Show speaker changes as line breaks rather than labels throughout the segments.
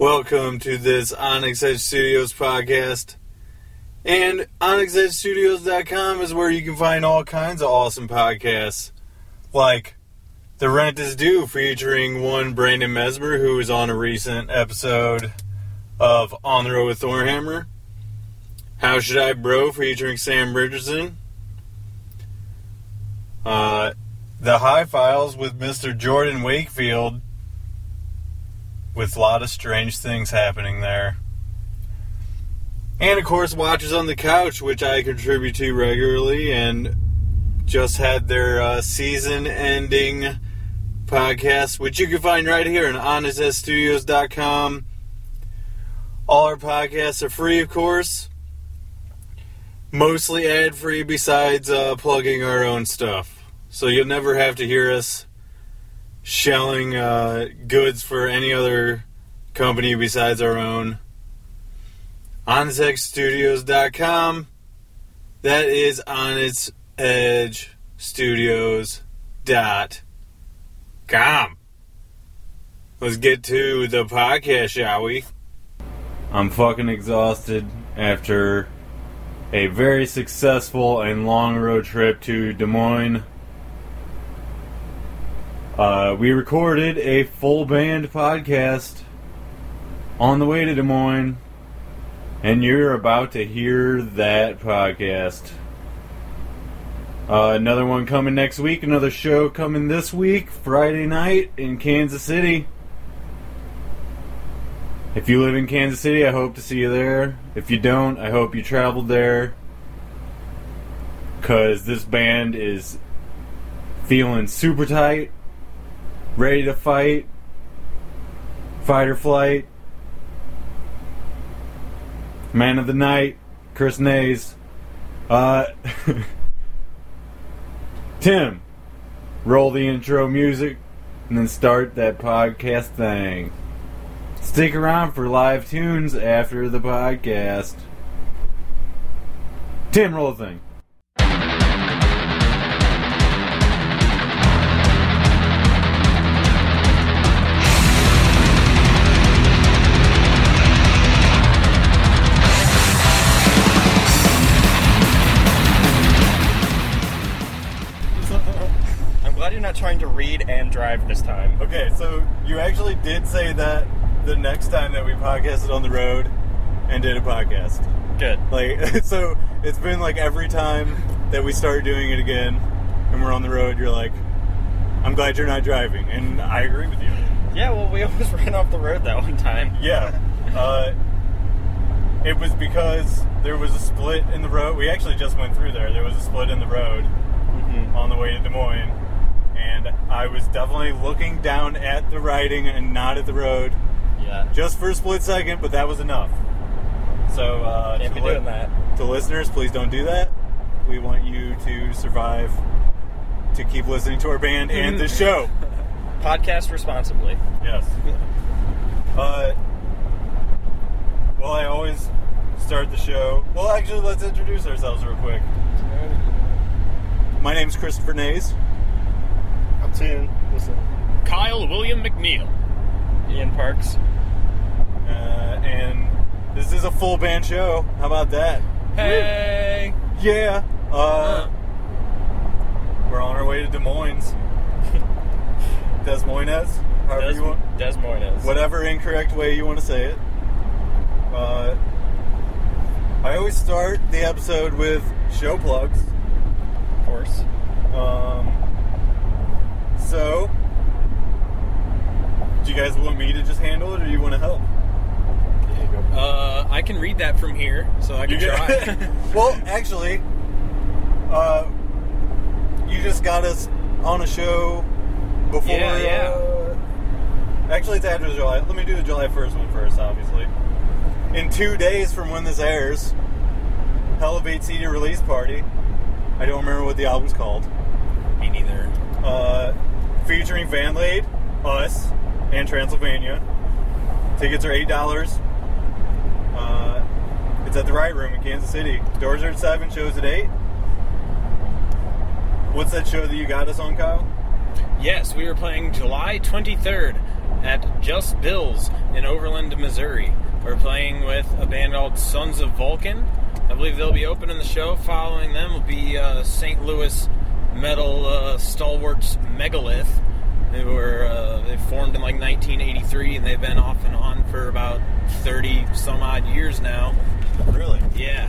Welcome to this Onyx Edge Studios podcast. And OnyxEdgeStudios.com is where you can find all kinds of awesome podcasts, like The Rent is Due, featuring one Brandon Mesmer, who was on a recent episode of On the Road with Thorhammer. How Should I Bro, featuring Sam Richardson. Uh, the High Files with Mr. Jordan Wakefield, with a lot of strange things happening there. And of course, Watches on the Couch, which I contribute to regularly, and just had their uh, season ending podcast, which you can find right here on honeststudios.com. All our podcasts are free, of course, mostly ad free, besides uh, plugging our own stuff. So you'll never have to hear us shelling uh, goods for any other company besides our own. OnSexStudios.com. That is on its edge studios.com. Let's get to the podcast, shall we? I'm fucking exhausted after a very successful and long road trip to Des Moines, uh, we recorded a full band podcast on the way to Des Moines, and you're about to hear that podcast. Uh, another one coming next week, another show coming this week, Friday night in Kansas City. If you live in Kansas City, I hope to see you there. If you don't, I hope you traveled there. Because this band is feeling super tight ready to fight, fight or flight, man of the night, Chris Nays. Uh, Tim, roll the intro music and then start that podcast thing. Stick around for live tunes after the podcast. Tim, roll the thing.
I'm glad you're not trying to read and drive this time.
Okay, so you actually did say that the next time that we podcasted on the road and did a podcast.
Good.
Like, so it's been like every time that we start doing it again and we're on the road, you're like, I'm glad you're not driving. And I agree with you.
Yeah, well, we almost ran off the road that one time.
Yeah. Uh, it was because there was a split in the road. We actually just went through there. There was a split in the road
Mm-hmm.
on the way to Des Moines, and I was definitely looking down at the writing and not at the road,
Yeah.
just for a split second. But that was enough. So uh,
Can't
to,
be
li-
doing that.
to listeners, please don't do that. We want you to survive, to keep listening to our band and the show.
Podcast responsibly.
Yes. Uh, well, I always start the show. Well, actually, let's introduce ourselves real quick. My name's Christopher Nays.
I'm Tim. What's up?
Kyle William McNeil.
Ian Parks.
Uh, and this is a full band show. How about that?
Hey!
Yeah. Uh, we're on our way to Des Moines. Des Moines? However
Des,
you want.
Des Moines.
Whatever incorrect way you want to say it. Uh, I always start the episode with show plugs.
Of course.
Um, so, do you guys want me to just handle it or do you want to help?
Uh, I can read that from here, so I can
You
try.
get- well, actually, uh, you just got us on a show before.
Yeah, yeah.
uh, actually, it's after July. Let me do the July 1st one first, obviously. In two days from when this airs, Hell of Eight CD release party. I don't remember what the album's called.
Me neither.
Uh, featuring Van Lade, us, and Transylvania. Tickets are eight dollars. Uh, it's at the Right Room in Kansas City. Doors are at seven, shows at eight. What's that show that you got us on, Kyle?
Yes, we were playing July 23rd at Just Bills in Overland, Missouri. We're playing with a band called Sons of Vulcan. I believe they'll be opening the show. Following them will be uh, St. Louis metal uh, stalwarts Megalith. They were uh, they formed in like 1983 and they've been off and on for about 30 some odd years now.
Really?
Yeah,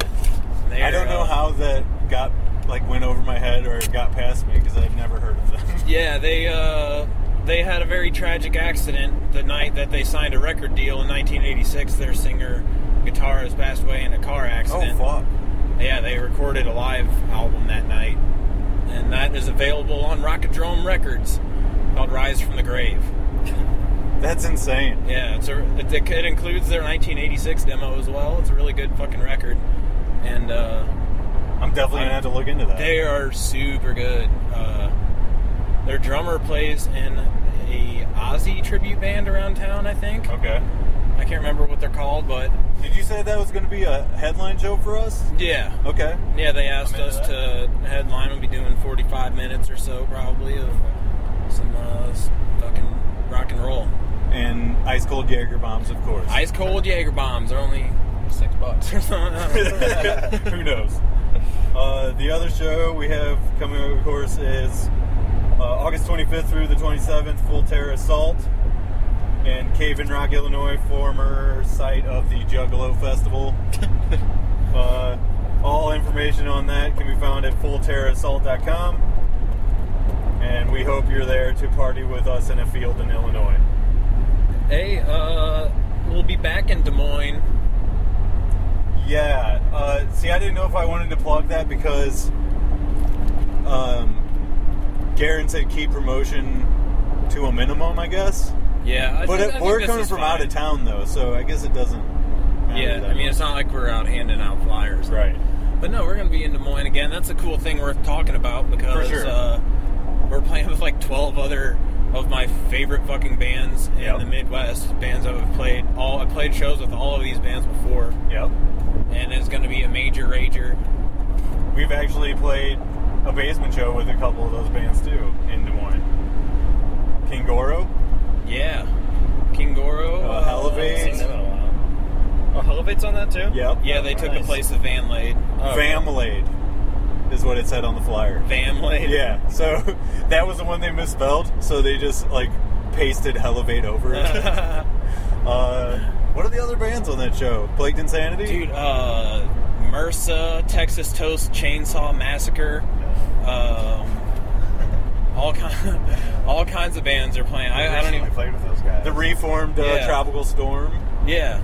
They're,
I don't know
uh,
how that got like went over my head or got past me because I've never heard of them.
Yeah, they uh, they had a very tragic accident the night that they signed a record deal in 1986. Their singer guitarist passed away in a car accident.
Oh, fuck!
Yeah, they recorded a live album that night, and that is available on Rockadrome Records called "Rise from the Grave."
That's insane.
Yeah, it's a, it, it includes their 1986 demo as well. It's a really good fucking record, and. Uh,
I'm definitely gonna have to look into that.
They are super good. Uh, their drummer plays in a Ozzy tribute band around town, I think.
okay.
I can't remember what they're called, but
Did you say that was gonna be a headline show for us?
yeah.
Okay.
Yeah, they asked
I'm into
us to headline. We'll be doing 45 minutes or so, probably, of some uh, s- fucking rock and roll.
And ice cold Jaeger bombs, of course.
Ice cold Jaeger bombs are only six bucks or something.
Who knows? Uh, the other show we have coming up, of course, is uh, August 25th through the 27th, Full Terror Assault in Cave in Rock, Illinois, former site of the Juggalo Festival. uh, all information on that can be found at fullterrorassault.com. And we hope you're there to party with us in a field in Illinois.
hey, uh, we'll be back in Des Moines.
Yeah. Uh, see, I didn't know if I wanted to plug that because um, Garen said keep promotion to a minimum, I guess.
Yeah, I
But
think- I
it,
think
we're
this
coming
is
from
fine.
out of town, though, so I guess it doesn't. matter
Yeah,
that
I mean,
much.
it's not like we're out handing out flyers.
right.
But no, we're going to be in Des Moines again. That's a cool thing worth talking about because
For sure.
uh, we're playing with like 12 other of my favorite fucking bands in
Yep.
the Midwest, bands that I've played. All I played shows with all of these bands before,
Yep.
and it's going to be a major rager.
We've actually played a basement show with a couple of those bands too in Des Moines. Kingoro.
Yeah. King Goro.
Uh,
I haven't seen
Elevate.
them in a while. Oh, Hellevate's on that too?
Yep.
Yeah, they took the
Nice.
place of Van Lade.
Oh,
Familade is what it said on the flyer.
Van Lade.
Yeah, so that was the one they misspelled, so they just like pasted Helevate over it. uh, what are the other bands on that show? Plagued Insanity?
Dude, uh, MRSA, Texas Toast, Chainsaw Massacre, um, all kind, all kinds of bands are playing. I, I don't even.
played with those guys.
The reformed uh,
Yeah.
Tropical Storm
Yeah,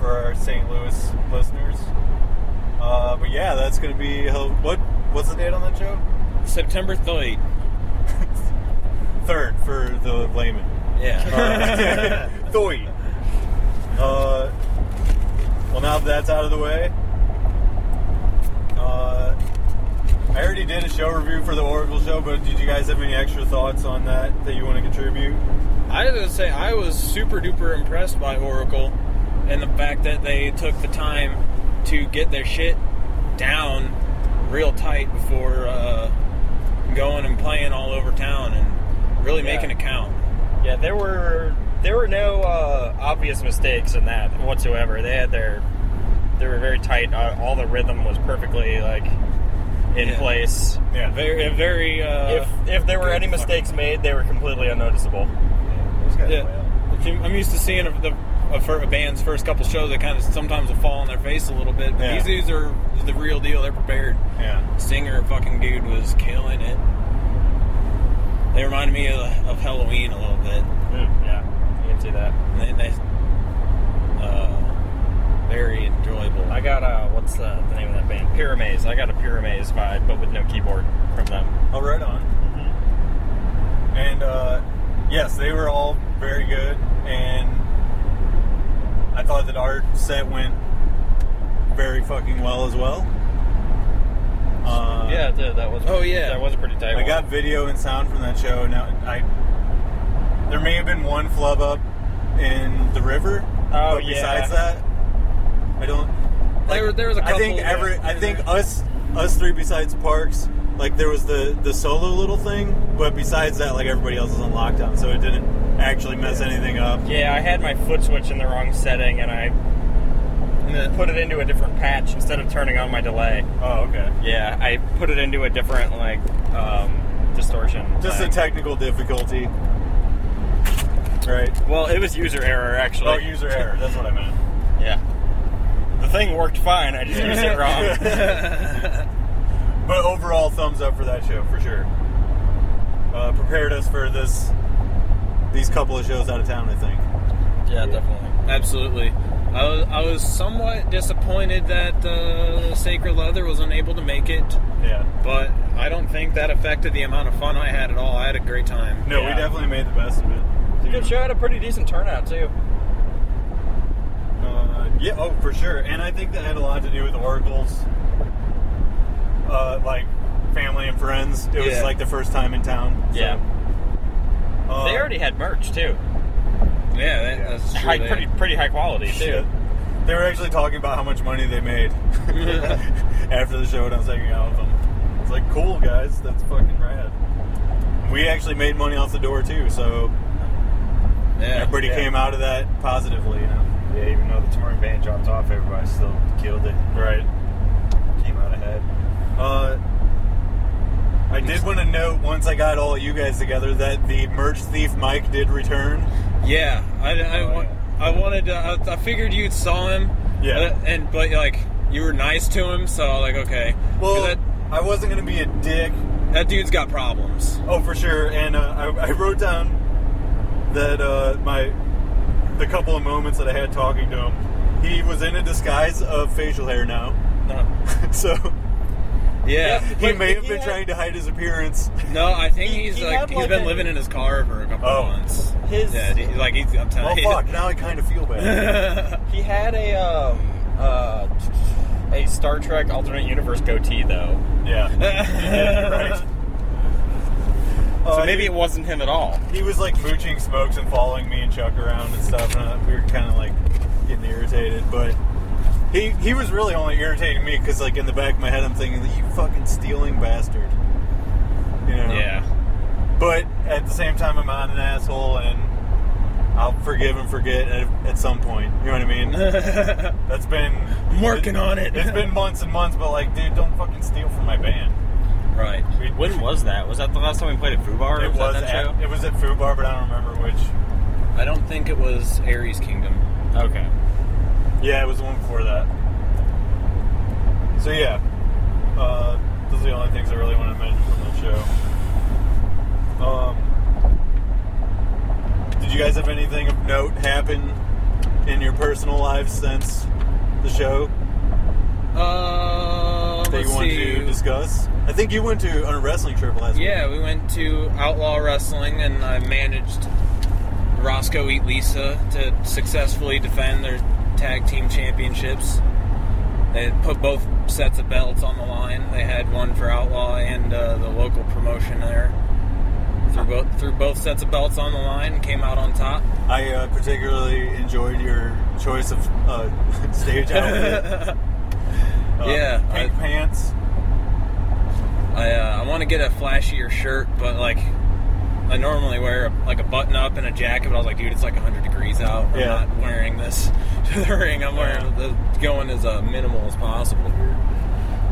for our St. Louis listeners. Uh, but yeah, that's gonna be Hel- what? What's the date on that show?
September third.
Third for the layman.
Yeah,
Uh, Thoy. Uh, well, now that that's out of the way, uh, I already did a show review for the Oracle show, but did you guys have any extra thoughts on that that you want to contribute?
I had to say I was super duper impressed by Oracle and the fact that they took the time to get their shit down real tight before uh, going and playing all over town and really
Yeah.
making it count.
Yeah, there were there were no uh, obvious mistakes in that whatsoever. They had their they were very tight. Uh, all the rhythm was perfectly like in
Yeah.
place.
Yeah,
Very, very. Uh,
if if there were
good
any
fucking-
mistakes made, they were completely unnoticeable.
Yeah, If you- I'm used to seeing a, the a, fir- a band's first couple shows that kind of sometimes will fall on their face a little bit. But
Yeah.
these dudes are the real deal. They're prepared.
yeah.
Singer fucking dude was killing it. They reminded me of, of Halloween a little bit.
Mm, yeah, you can see that.
And they, they uh, very enjoyable.
I got uh, what's the, the name of that band? Pyramaze. I got a Pyramaze vibe, but with no keyboard from them.
All Oh, right on.
Mm-hmm.
And uh, yes, they were all very good, and I thought that our set went very fucking well as well. Uh,
yeah, it did. That was.
Oh, yeah.
that was a pretty tight.
I
one.
got video and sound from that show. Now, I there may have been one flub up in the river.
Oh,
but
yeah.
Besides that, I don't.
There were- there was a
I think
couple
every.
that-
I think us us three besides Parks, like there was the the solo little thing, but besides that, like everybody else is on lockdown, so it didn't actually mess anything up.
Yeah, I had my foot switch in the wrong setting and I put it into a different patch instead of turning on my delay.
Oh, okay.
Yeah, I put it into a different like um, distortion.
Just a
thing.
technical difficulty. Right.
well, it was user error actually.
Oh, user error. That's what I meant.
Yeah. The thing worked fine. I just used it wrong.
But overall, thumbs up for that show for sure. Uh, prepared us for this, these couple of shows out of town. I think.
yeah, definitely.
Absolutely. I was, I was somewhat disappointed that uh, Sacred Leather was unable to make it,
Yeah.
but I don't think that affected the amount of fun I had at all. I had a great time.
No, we
Yeah.
definitely made the best of it.
It's a good show. Had a pretty decent turnout too.
Uh, yeah. Oh, for sure. And I think that had a lot to do with Oracle's, uh, like family and friends. It was
Yeah.
like the first time in town. so,
Yeah,
uh,
they already had merch too.
Yeah, that, that's true.
High,
They-
pretty, pretty high quality too.
Shit. They were actually talking about how much money they made after the show, and I was hanging out with them. It's like, cool, guys, that's fucking rad. We actually made money off the door too, so
yeah.
everybody
yeah.
came out of that positively, you know.
Yeah, even though the touring band dropped off, everybody still killed it.
Right.
Came out ahead.
Uh, I did want to note once I got all you guys together that the merch thief Mike did return.
Yeah, I, I,
Oh,
wa-
yeah.
I wanted to. I, I figured you saw him.
Yeah.
uh, And but like you were nice to him, so like okay. 'Cause
Well,
that,
I wasn't gonna be a dick.
that dude's got problems.
Oh, for sure. And uh, I, I wrote down that uh, my the couple of moments that I had talking to him, he was in a disguise of facial hair now, so
Yeah.
he
But
may have
he
been
had-
trying to hide his appearance.
No, I think he's
he
like
had,
he's
like,
been
a-
living in his car for a couple
Oh.
months.
His-
yeah, dude, like he's I'm
Oh
telling you.
fuck! Now I kind of feel bad.
He had a um, uh, a Star Trek alternate universe goatee though,
yeah.
right.
so
Uh,
maybe
he,
it wasn't him at all.
he was like mooching smokes and following me and Chuck around and stuff, and uh, we were kind of like getting irritated, but. He, he was really only irritating me because like in the back of my head I'm thinking you fucking stealing bastard, you know?
Yeah.
But at the same time, I'm not an asshole, and I'll forgive and forget at, at some point. You know what I mean? That's been
I'm working on it.
It's been months and months, but like, dude, don't fucking steal from my band.
right.
We-
When was that? Was that the last time we played at Foo Bar?
It was at, it was at Foo Bar, but I don't remember which.
I don't think it was Aries Kingdom.
Okay.
Yeah, it was the one before that. So yeah, uh, those are the only things I really want to mention from the show. Um, did you guys have anything of note happen in your personal lives since the show
Uh,
that
let's
you want
see.
to discuss? I think you went to on a wrestling trip last week.
Yeah, we went to Outlaw Wrestling, and I managed Roscoe Eat Lisa to successfully defend their tag team championships. They put both sets of belts on the line. They had one for Outlaw and uh, the local promotion there. Threw both, threw both sets of belts on the line and came out on top.
I uh, particularly enjoyed your choice of uh, stage outfit. Uh,
Yeah,
pink
I-
pants.
I, uh, I want to get a flashier shirt, but like I normally wear a, like a button up and a jacket. But I was like, dude, it's like 100 degrees out. I'm
Yeah.
not wearing this to the ring. I'm wearing the, going as uh, minimal as possible here.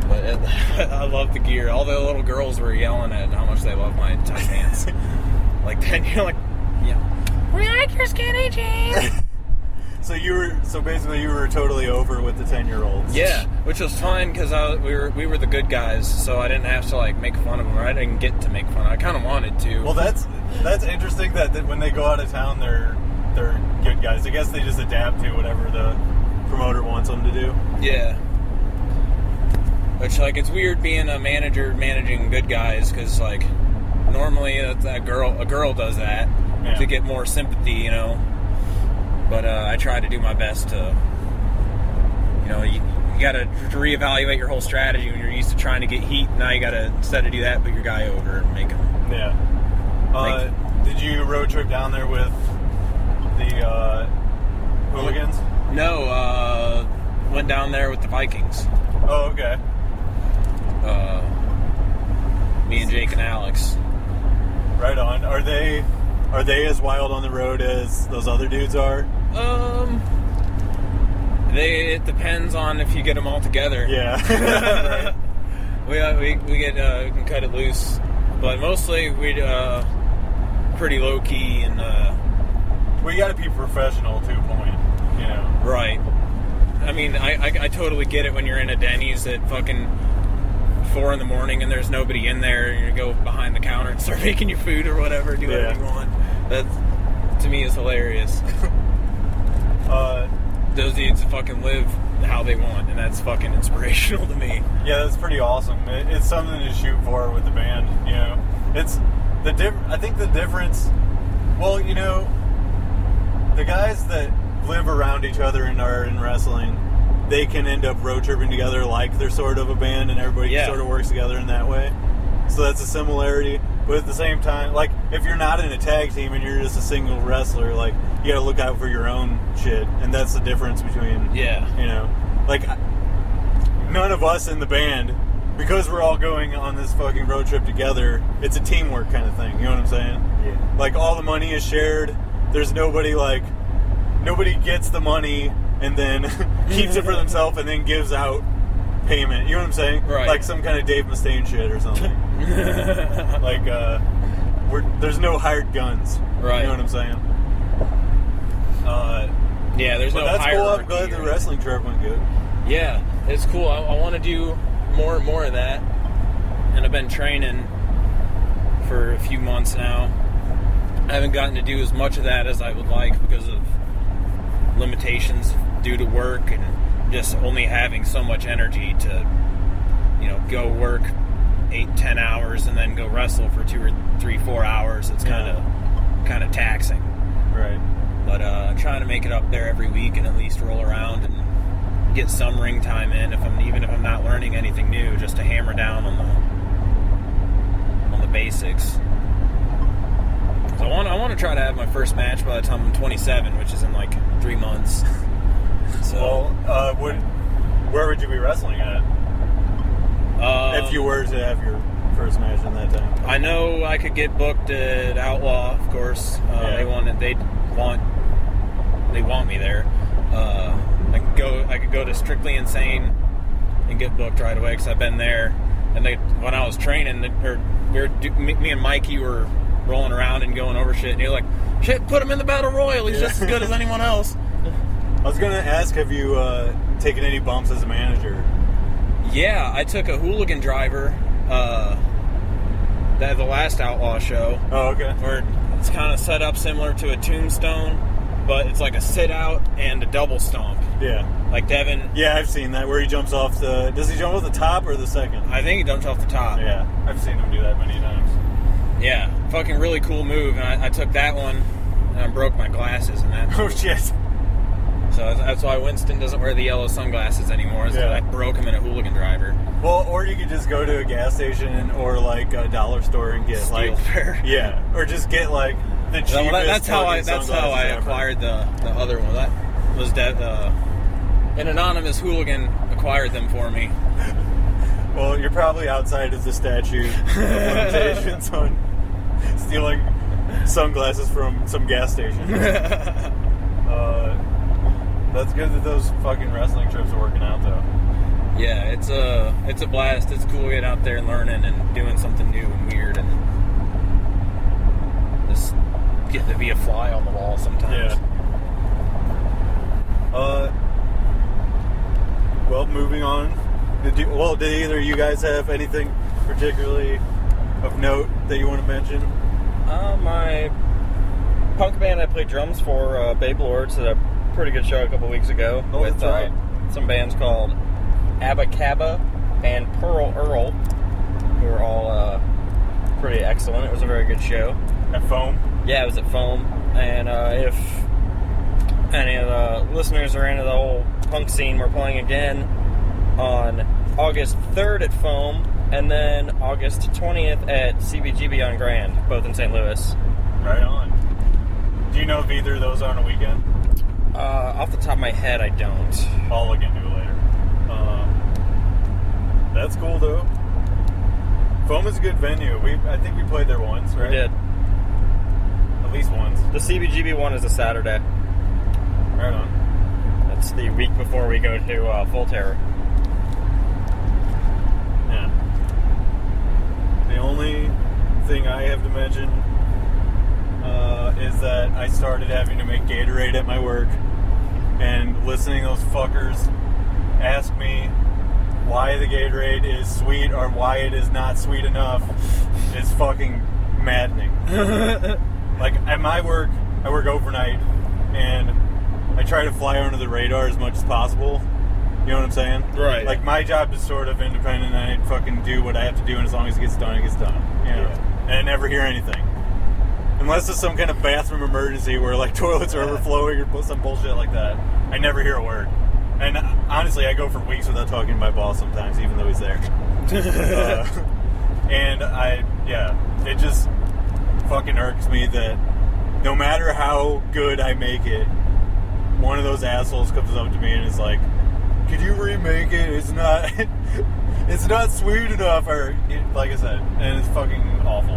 But it, I love the gear. All the little girls were yelling at how much they love my tight pants. like then you're like, yeah, we like your skinny jeans.
So you were so basically you were totally over with the ten year olds.
Yeah, which was fine because we were we were the good guys, so I didn't have to like make fun of them. Or I didn't get to make fun. I kind of wanted to.
Well, that's that's interesting that, that when they go out of town, they're they're good guys. I guess they just adapt to whatever the promoter wants them to do.
Yeah. Which like it's weird being a manager managing good guys because like normally a, a girl a girl does that
Yeah.
to get more sympathy, you know. But uh, I try to do my best to, you know, you, you got to reevaluate your whole strategy when you're used to trying to get heat. Now you got to instead of do that, put your guy over and make him.
Yeah. Uh, did you road trip down there with the uh, hooligans?
No, uh, went down there with the Vikings.
Oh, okay.
Uh, me and Jake and Alex.
Right on. Are they Are they as wild on the road as those other dudes are?
Um, they it depends on if you get them all together.
Yeah.
we, uh, we we get uh, we can cut it loose, but mostly we uh pretty low key and uh,
we got to be professional to a point. You know.
right. I mean, I, I I totally get it when you're in a Denny's at fucking four in the morning and there's nobody in there and you go behind the counter and start making your food or whatever, do whatever
Yeah.
you want. That to me is hilarious.
Uh,
Those dudes fucking live how they want, and that's fucking inspirational to me.
yeah, that's pretty awesome. It, it's something to shoot for with the band. You know, it's the diff- I think the difference. Well, you know, the guys that live around each other and are in wrestling, they can end up road tripping together like they're sort of a band, and everybody
Yeah.
sort of works together in that way. So that's a similarity. But at the same time, like if you're not in a tag team and you're just a single wrestler, like you got to look out for your own shit, and that's the difference between
Yeah.
you know like I- none of us in the band because we're all going on this fucking road trip together it's a teamwork kind of thing you know what i'm saying
Yeah.
like all the money is shared there's nobody like nobody gets the money and then keeps it for themselves and then gives out payment you know what i'm saying
Right.
like some kind of dave mustaine shit or something like uh we're, there's no hired guns
Right.
you know what i'm saying uh
Yeah, there's
but
no
that's cool i'm
hierarchy
glad the
or-
wrestling trip went good
Yeah, it's cool. I, I want to do more and more of that, and I've been training for a few months now. I haven't gotten to do as much of that as I would like because of limitations due to work and just only having so much energy to, you know, go work eight, ten hours and then go wrestle for two or three, four hours. It's kind of kind of taxing.
right
But uh, I'm trying to make it up there every week and at least roll around and get some ring time in. If I'm even if I'm not learning anything new, just to hammer down on the on the basics. So I want I want to try to have my first match by the time I'm 27, which is in like three months. So
Well, uh, would where would you be wrestling at
uh,
if you were to have your first match in that time?
I know I could get booked at Outlaw, of course. Uh,
Yeah.
They want they want they want me there. Uh, I could go I could go to Strictly Insane and get booked right away because I've been there. And they when I was training, they, or we were do, me, me and Mikey were rolling around and going over shit, and he was like, "Shit, put him in the battle royal. He's
Yeah.
just as good as anyone else."
I was gonna ask, have you uh, taken any bumps as a manager?
Yeah, I took a hooligan driver. Uh, that the last Outlaw show.
Oh, okay.
where it's kind of set up similar to a tombstone, but it's like a sit out and a double stomp.
Yeah,
Like Devin,
yeah, I've seen that where he jumps off the. Does he jump off the top or the second?
I think he dumped off the top.
Yeah, I've seen him do that many times.
Yeah, fucking really cool move. And I, I took that one and I broke my glasses and that.
Oh shit!
So that's- that's why Winston doesn't wear the yellow sunglasses anymore. Is that
Yeah.
I broke him in a hooligan driver.
Well, or you could just go to a gas station or like a dollar store and get
Steel
like.
fair.
Yeah, or just get like the cheapest.
So that- that's how I
fucking
that's how
sunglasses
I
ever.
acquired the the other one. That was that uh, an anonymous hooligan acquired them for me.
Well, you're probably outside of the statute of limitations on stealing sunglasses from some gas station. uh, that's good that those fucking wrestling trips are working out, though.
Yeah, it's a it's a blast. It's cool getting out there and learning and doing something new and weird and just getting to be a fly on the wall sometimes.
Yeah. Uh, well, moving on. Did you, well, did either of you guys have anything particularly of note that you want to mention?
Uh, my punk band I play drums for, uh, Babe Lords, did a pretty good show a couple weeks ago
Oh,
with
that's right.
uh, some bands called Abacaba and Pearl Earl, who were all uh, pretty excellent. It was a very good show.
At foam?
Yeah, it was at Foam. And uh, if any of the listeners are into the whole punk scene, we're playing again on August 3rd at Foam and then August 20th at CBGB on Grand, both in St. Louis.
Right on. Do you know if either of those are on a weekend?
Uh, off the top of my head, I don't.
I'll look into it later. Um, that's cool though. Foam is a good venue. We I think we played there once,
We
right?
did.
At least once.
The CBGB one is a Saturday.
Right on.
That's the week before we go to uh, Full Terror.
Yeah.
The only thing I have to mention uh, is that I started having to make Gatorade at my work, and listening to those fuckers ask me why the Gatorade is sweet or why it is not sweet enough is fucking maddening. like at my work, I work overnight, and I try to fly under the radar as much as possible. You know what I'm saying?
Right.
Like my job is sort of independent. and I fucking do what I have to do, and as long as it gets done, it gets done. You know?
Yeah.
And I never hear anything, unless it's some kind of bathroom emergency where like toilets are overflowing or some bullshit like that. I never hear a word. And uh, honestly, I go for weeks without talking to my boss sometimes, even though he's there. Uh, and I, yeah, it just fucking irks me that no matter how good I make it, one of those assholes comes up to me and is like, "Could you remake it? It's not, it's not sweet enough." Or it, like I said, and it's fucking awful.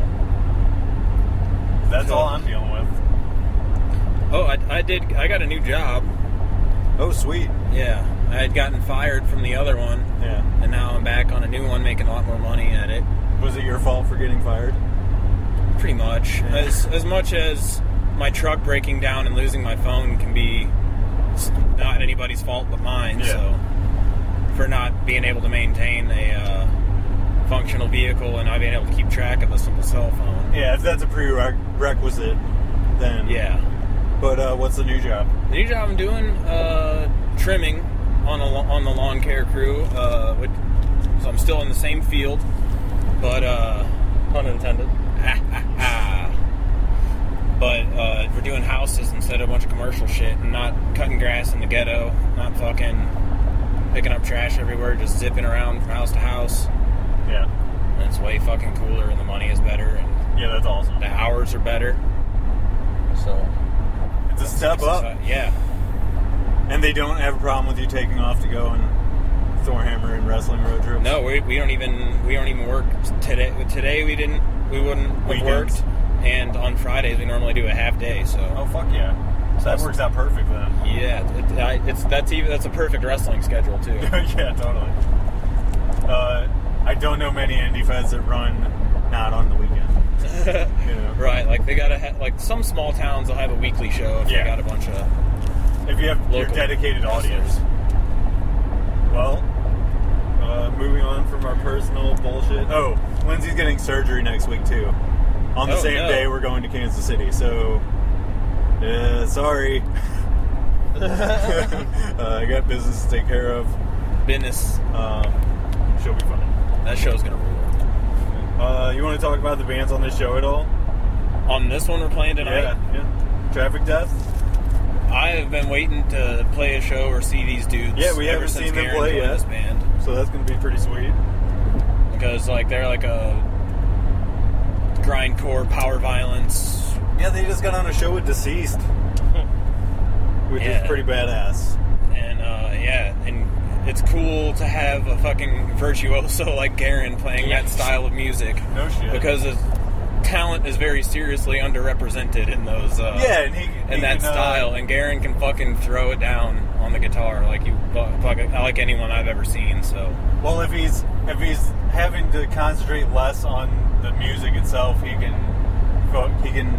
That's all I'm dealing with.
Oh, I, I did. I got a new job.
Oh, sweet.
Yeah, I had gotten fired from the other one,
Yeah.
and now I'm back on a new one, making a lot more money at it.
Was it your fault for getting fired?
Pretty much.
Yeah.
As as much as my truck breaking down and losing my phone can be s- not anybody's fault but mine.
Yeah.
So for not being able to maintain a uh, functional vehicle and not being able to keep track of a simple cell phone.
Yeah, if that's a prerequisite, then
Yeah.
But uh, what's the new job?
The new job I'm doing, uh, trimming on a, lo- on the lawn care crew. Uh, which, so I'm still in the same field, but. Uh,
Pun intended.
but uh, we're doing houses instead of a bunch of commercial shit and not cutting grass in the ghetto, not fucking picking up trash everywhere, just zipping around from house to house.
Yeah,
And it's way fucking cooler and the money is better and
yeah, that's awesome.
the hours are better. So,
It's a step up,
so, yeah.
and they don't have a problem with you taking off to go on Thorhammer and wrestling road trips.
No, we, we don't even we don't even work today. Today we didn't we wouldn't have
Weekends.
worked, and on Fridays we normally do a half day. So
Oh fuck yeah! So that works out perfect for them.
yeah, it, I, it's that's even that's a perfect wrestling schedule too.
yeah, totally. Uh, I don't know many indie feds that run not on the weekend. You know?
Right, like they gotta ha- like some small towns will have a weekly show if
Yeah.
they got a bunch of
If you have your
Local
dedicated audience. Well, uh, moving on from our personal bullshit. Oh, Lindsay's getting surgery next week too. On the
Oh,
same
no.
day we're going to Kansas City, so uh, sorry. uh, I got business to take care of.
business.
Um, she'll be fine.
That show's gonna rule.
Uh, you want to talk about the bands on this show at all?
On this one we're playing tonight,
Yeah, yeah. Traffic Death.
I have been waiting to play a show or see these dudes.
Yeah, we
ever
haven't
since
seen them
Garen
play
joined
yet.
This band
So that's gonna be pretty sweet.
because like they're like a grindcore, power violence.
Yeah, they just got on a show with Deceased, which
Yeah.
is pretty badass.
and uh, yeah, and it's cool to have a fucking virtuoso like Garen playing that style of music
No shit.
because his talent is very seriously underrepresented in those uh,
yeah, and he he
in that
can, uh,
style. And Garen can fucking throw it down on the guitar like you fuck, fuck- like anyone I've ever seen. So
well, if he's if he's having to concentrate less on the music itself, he can fuck- he can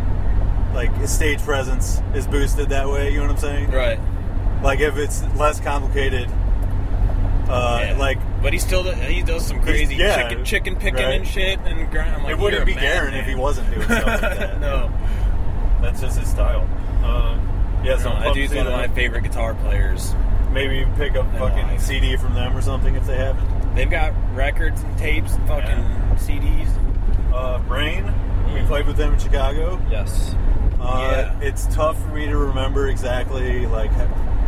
like his stage presence is boosted that way. You know what I'm saying?
right,
Like if it's less complicated, uh,
Yeah.
like
but he still does, he does some crazy
yeah,
chicken chicken picking
right.
and shit and grind. I'm like,
it
"You're
wouldn't
a
be
madman."
Garen if he wasn't doing stuff like that.
no,
That's just his style. Uh, yeah, so
no,
I'm pumped
that
to
dude's
see
one of my
them.
favorite guitar players.
Maybe pick up fucking
live.
CD from them or something if they haven't.
They've got records and tapes and fucking
Yeah.
CDs.
Uh, Brain, we played with them in Chicago.
Yes.
Uh,
Mm. Yeah.
It's tough for me to remember exactly, like,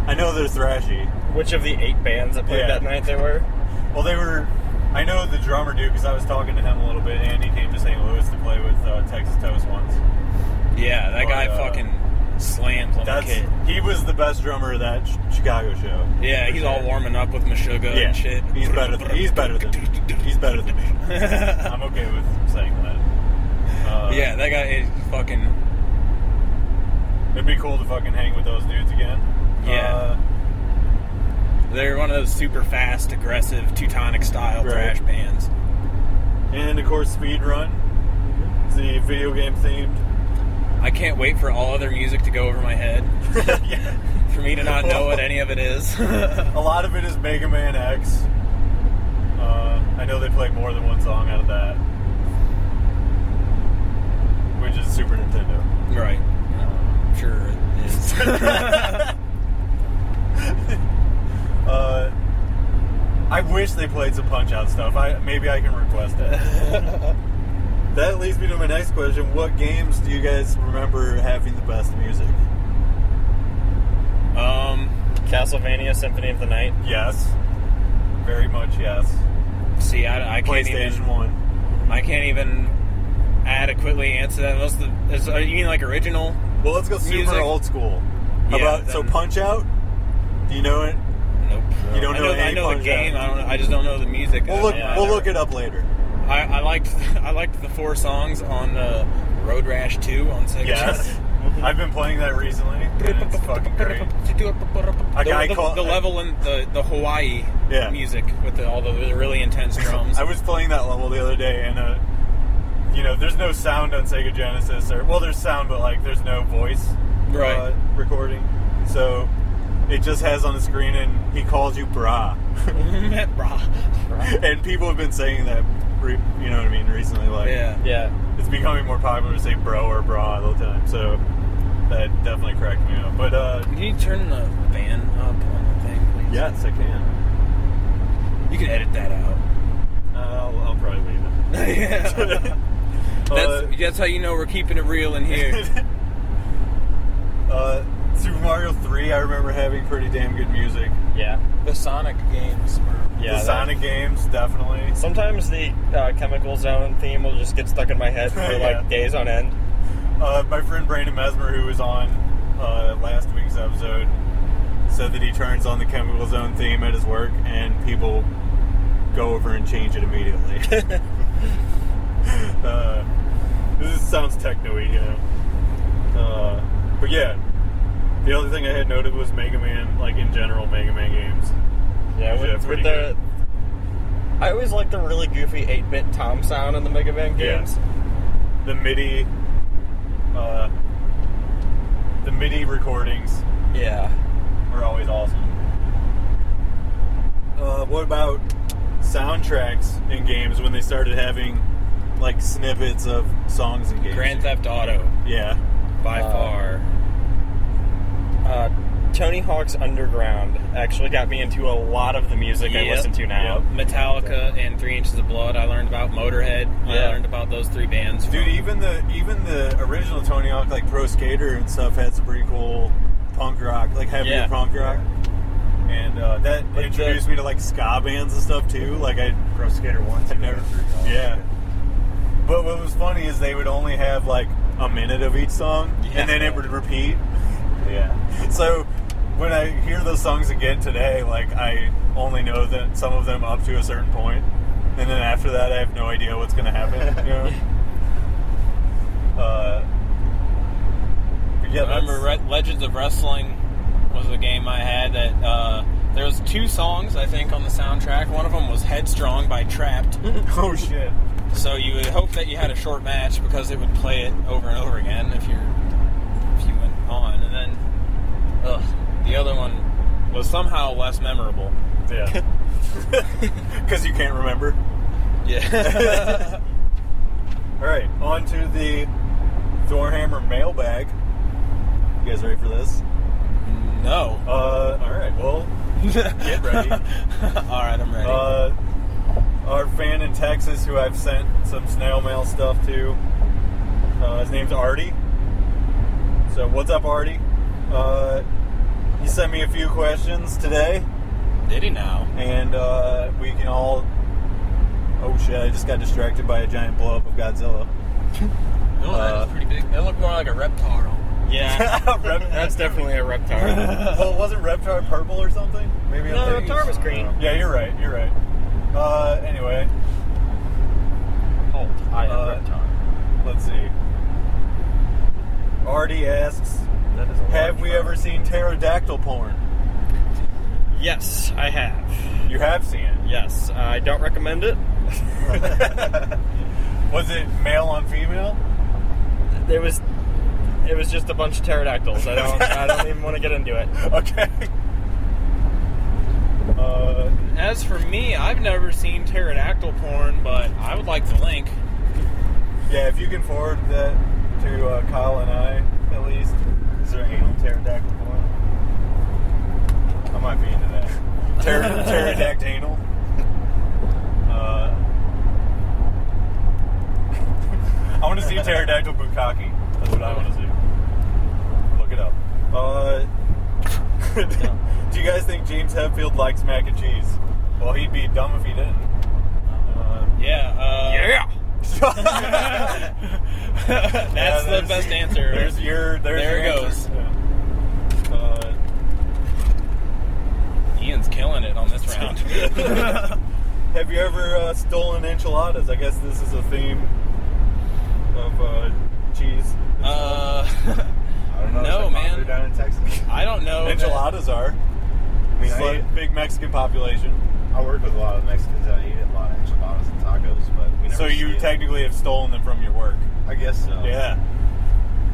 I know they're thrashy.
Which of the eight bands that played
Yeah.
that night they were?
Well, they were, I know the drummer dude because I was talking to him a little bit, and he came to St. Louis to play with uh, Texas Toast once.
Yeah, that
But,
guy
uh,
fucking slams on
That's,
the kid.
he was the best drummer of that ch- Chicago show.
Yeah,
For
he's
sure.
all warming up with Meshuggah
Yeah,
and shit.
he's better. Than, he's better than. He's better than me. I'm okay with saying that. Uh,
yeah, that guy is fucking
It'd be cool to fucking hang with those dudes again.
Yeah.
Uh,
They're one of those super fast, aggressive, Teutonic style
Right.
thrash bands.
Uh, and of course, Speed Run. It's the video game themed.
I can't wait for all other music to go over my head.
yeah.
For me to not know what any of it is.
A lot of it is Mega Man X. Uh, I know they play more than one song out of that, which is Super Nintendo.
right. I'm Sure it is.
Uh, I wish they played some Punch Out stuff. I maybe I can request that. that leads me to my next question: What games do you guys remember having the best music?
um,
Castlevania Symphony of the Night.
Yes, very much yes.
see, I, I can't
PlayStation
even.
One.
I can't even adequately answer that. Most of the, is, uh, you mean like original?
Well, let's go super
Music?
old school. How
Yeah,
about so
then-
Punch Out? Do you know it?
Nope.
You don't
I
know
know, I
any
know the
Punch-Out.
game. I don't. I just don't know the music.
We'll look.
Yeah, I
we'll
never-
look it up later.
I, I liked I liked the four songs on uh, Road Rash 2 on Sega.
Yes. I've been playing that recently. and it's fucking great.
The,
guy
the,
called-
the level in the, the Hawaii
Yeah.
music with the, all the really intense drums.
I was playing that level the other day, and uh, you know, there's no sound on Sega Genesis, or well, there's sound, but like there's no voice
Right.
uh, recording. So it just has on the screen, and he calls you bra,
Brah.
and people have been saying that. Re- you know what I mean? Recently, like
yeah.
Yeah.
it's becoming more popular to say bro or bra all the time. So that definitely cracked me up. But uh,
Can you turn the fan up on the thing, please?
yes, I can.
You can edit that out.
Uh, I'll, I'll probably leave it.
that's,
Uh,
that's how you know we're keeping it real in here.
uh, Super Mario 3, I remember having pretty damn good music.
Yeah.
the Sonic games were.
Yeah.
the
that-
Sonic games, definitely.
Sometimes the uh, chemical zone theme will just get stuck in my head for like
Yeah.
days on end.
Uh, my friend Brandon Mesmer, who was on uh, last week's episode, said that he turns on the Chemical Zone theme at his work, and people go over and change it immediately. uh, this is- sounds techno-y, you know. Uh, but yeah, the only thing I had noted was Mega Man, like in general, Mega Man games.
Yeah, with,
Yeah,
with
pretty
the.
good.
I always like the really goofy 8 bit Tom sound in the Mega Man
Yeah.
games.
The MIDI, uh, the MIDI recordings
Yeah.
were always awesome. Uh, what about soundtracks in games when they started having like snippets of songs in games?
Grand Theft Auto,
Yeah.
by
Uh,
far.
Uh, Tony Hawk's Underground actually got me into a lot of the music I
Yep.
listen to now.
Metallica and Three Inches of Blood. I learned about Motorhead.
Yeah.
I learned about those three bands.
Dude,
from-
even the even the original Tony Hawk, like Pro Skater and stuff, had some pretty cool punk rock, like heavy
Yeah.
punk rock, and uh, that
Like
introduced
the-
me to like ska bands and stuff too. Like I
Pro Skater 1, 2,
I've never, yeah. But what was funny is they would only have like a minute of each song, and then it would repeat.
Yeah.
So when I hear those songs again today, like I only know that some of them up to a certain point, and then after that, I have no idea what's going to happen. You know? uh, but yeah,
I remember
that's-
Re- Legends of Wrestling was a game I had that uh, there was two songs I think on the soundtrack. One of them was Headstrong by Trapped.
Oh shit!
so you would hope that you had a short match because it would play it over and over again if you if you went on. And then ugh, the other one was somehow less memorable.
Yeah, because you can't remember.
Yeah.
All right, on to the Thorhammer mailbag. You guys ready for this?
no.
Uh, all right. Well, get ready.
All right, I'm ready.
Uh, our fan in Texas who I've sent some snail mail stuff to. Uh, his name's Artie. So what's up, Artie? Uh, he sent me a few questions today,
Did he now?
and uh, we can all. Oh shit! I just got distracted by a giant blow up of Godzilla.
Oh, that
Uh,
is pretty big. That looked more like a reptile.
Yeah.
Rep-
That's definitely a reptile.
well, wasn't Reptar purple or something? Maybe I'm
no,
thinking-
reptile was green.
Yeah, you're right. You're right. Uh, anyway,
Oh, I am
Uh,
reptile.
Let's see. Artie asks,
That is a large
Have we
crowd.
ever seen pterodactyl porn?
Yes, I have.
You have seen it.
Yes, I don't recommend it.
Was it male on female?
It was, it was just a bunch of pterodactyls. I don't, I don't even want to get into it.
Okay. Uh,
As for me, I've never seen pterodactyl porn, but I would like the link.
yeah, if you can forward that to uh, Kyle and I, at least.
Is there anal pterodactyl porn?
I might be into that. Pter- pterodactyl. Uh, I want to see pterodactyl bukkake. That's what I want to see. Look it up. Uh, do you guys think James Hetfield likes mac and cheese? Well, he'd be dumb if he didn't. Uh,
Yeah. Uh, That's
Yeah,
the
there's-
best answer.
There's your. There's
There
your
it
answer. Yeah. Uh,
Ian's killing it on this round.
Uh, Have you ever uh, stolen enchiladas? I guess this is a theme of uh, cheese.
uh,
I don't know. is
No,
that popular
man.
Down in Texas.
I don't know. that-
enchiladas are.
I mean,
It's
I,
like big Mexican population.
I work with a lot of Mexicans. I eat a lot of enchiladas and tacos, but we never.
So you
steal.
technically have stolen them from your work.
I guess so.
Yeah.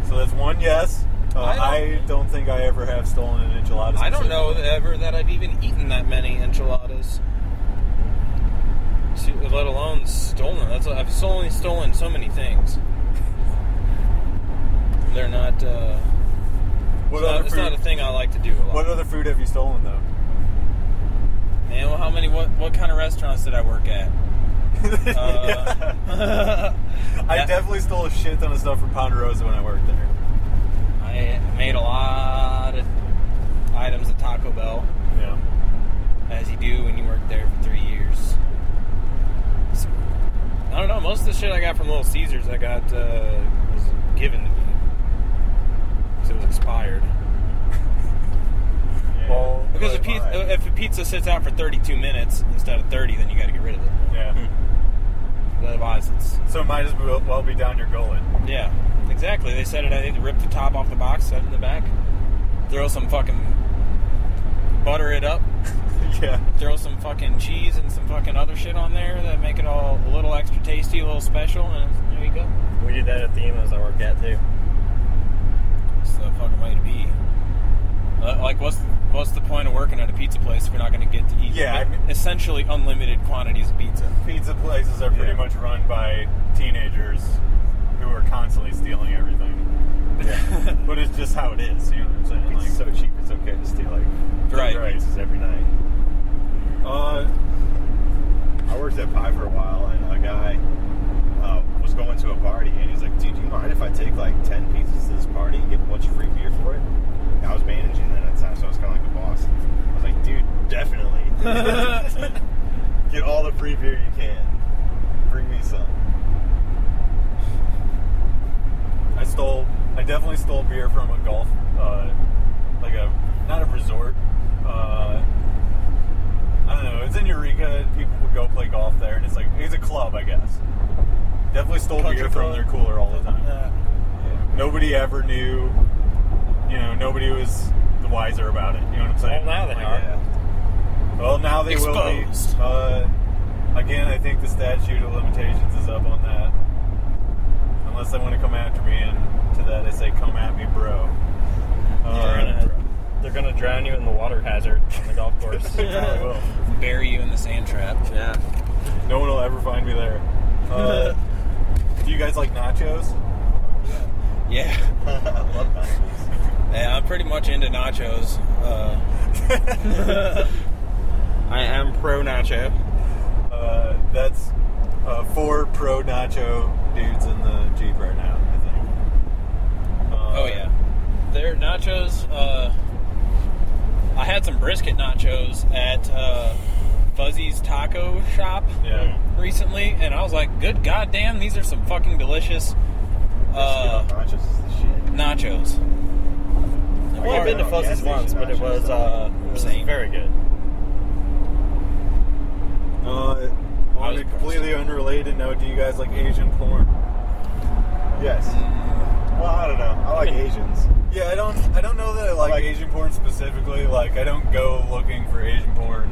So that's one yes. Uh, I,
I
don't,
don't-
think I ever have stolen an enchilada.
I don't know
specifically.
that ever that I've even eaten that many enchiladas. To, let alone stolen. That's what, I've so- only stolen so many things. They're not. Uh,
What
it's not,
other
it's
food?
not a thing I like to do a lot.
what other food have you stolen though?
Man, well, how many? What what kind of restaurants did I work at? Uh,
I
yeah,
definitely stole a shit ton of stuff from Ponderosa when I worked there.
I made a lot of items at Taco Bell,
Yeah.
as you do when you work there for three years. So, I don't know. Most of the shit I got from Little Caesars, I got uh, was given to me, so it was expired.
Yeah.
Well,
Because
but-
if, pizza, if a pizza sits out for 32 minutes instead of 30, then you got to get rid of it.
yeah.
Otherwise, it's
So it might as well well be down your gullet.
Yeah, exactly. They said it. I think they ripped the top off the box, set it in the back, throw some fucking butter it up,
yeah.
throw some fucking cheese and some fucking other shit on there that make it all a little extra tasty, a little special, and there you go.
We did that at the emos I worked at too.
It's the fucking way to be. Uh, Like, what's what's the point of working at a pizza place if you're not going to get to eat
Yeah, I mean-
essentially unlimited quantities of pizza?
Pizza places are pretty
Yeah.
much run by teenagers who are constantly stealing everything.
yeah.
But it's just how it is, you know what I'm saying?
it's
Like,
so cheap. It's okay to steal like
Right.
three places every night.
uh,
I worked at Pie for a while, and a guy uh, was going to a party, and he's like, "Dude, do you mind if I take like ten pieces to this party and get a bunch of free beer for it?" And I was managing then at the time, so I was kind of like the boss. I was like, "Dude, definitely get all the free beer you can. Bring me some."
I stole, I definitely stole beer from a golf, uh, like a, not a resort. Uh, I don't know, it's in Eureka. and People would go play golf there, and it's like, it's a club, I guess. Definitely stole
Country
beer from
club.
their cooler all the time.
Uh,
Nobody ever knew, you know, nobody was the wiser about it. You know what I'm saying?
Well, now they
Like,
are.
Well, now they
Exposed.
will be. Uh, again, I think the statute of limitations is up on that. Unless they want to come after me, and to that I say, come at me, bro. Uh,
They're gonna- They're gonna drown you in the water hazard on the golf course.
they probably will.
bury you in the sand trap.
Yeah.
No one will ever find me there. Uh, do you guys like nachos?
Yeah.
I love that.
Yeah, I'm pretty much into nachos. Uh,
I am pro nacho.
Uh, that's uh, four pro nacho dudes in the Jeep right now, I think. Uh,
oh yeah, their nachos. Uh, I had some brisket nachos at uh, Fuzzy's Taco Shop
Yeah.
recently, and I was like, "Good goddamn, these are some fucking delicious uh,
nachos is the shit.
nachos."
I've only been to
Gas
Fuzzy's
station
once, but it
nachos,
was,
though.
uh, it was
Same.
very good.
Uh,
Mm. I
on
was
a completely unrelated note, do you guys like Asian porn?
Yes. Well, I don't know. I like
mean-
Asians.
Yeah, I don't. I don't know that I like,
Like-
Asian porn specifically. Like, I don't go looking for Asian porn.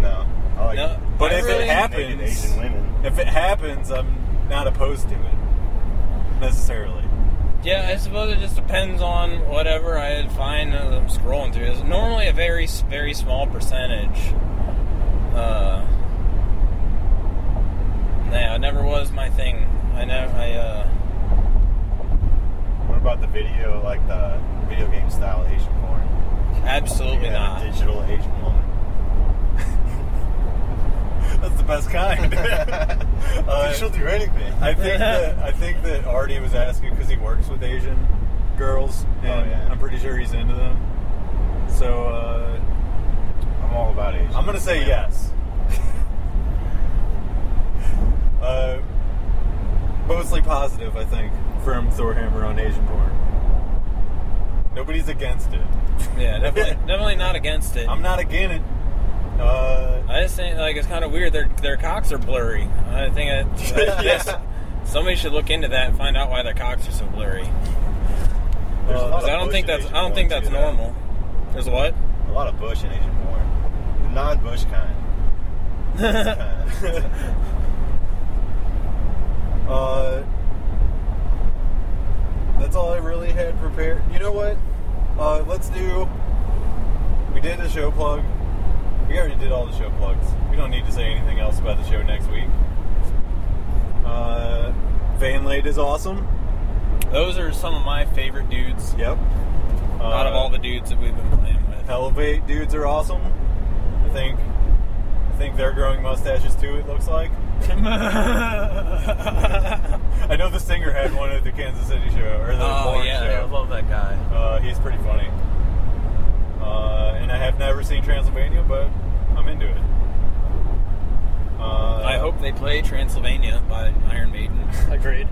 No. I like
No,
But
I
if
really-
it happens,
naked Asian women.
if it happens, I'm not opposed to it necessarily.
Yeah, I suppose it just depends on whatever I find as I'm scrolling through. It's normally a very, very small percentage. Uh, yeah, it never was my thing. I never, I, uh,
What about the video, like the video game style Asian porn?
absolutely
Yeah,
not.
the Digital Asian woman.
That's the best kind. Uh,
she'll do anything.
I think that I think that Artie was asking because he works with Asian girls, and
Oh, yeah.
I'm pretty sure he's into them. So uh,
I'm all about Asian.
I'm gonna say
women.
yes. uh, mostly positive, I think, from Thorhammer on Asian porn. Nobody's against it.
Yeah, definitely, definitely not against it.
I'm not against it. Uh,
I just think like it's kind of weird. Their their cocks are blurry. I think it,
yes.
somebody should look into that and find out why their cocks are so blurry.
There's a lot
'Cause
of
Uh, I don't
bush
think
in
that's
Asian
I don't think
porn,
that's
too, though.
normal. There's what?
A lot of bush in Asian porn. The non-bush kind. Kind.
Uh, that's all I really had prepared. You know what? Uh, let's do. We did a show plug. We already did all the show plugs. We don't need to say anything else about the show next week. Uh, Van Lade is awesome.
Those are some of my favorite dudes
Yep. Uh,
out of all the dudes that we've been playing with.
Elevate dudes are awesome. I think. I think they're growing mustaches too. It looks like. I know the singer had one at the Kansas City show or the
oh
Lawrence
yeah,
show.
I love that guy.
Uh, he's pretty funny. Uh, and I have never seen Transylvania, but I'm into it. Uh,
I hope they play Transylvania by Iron Maiden.
Agreed.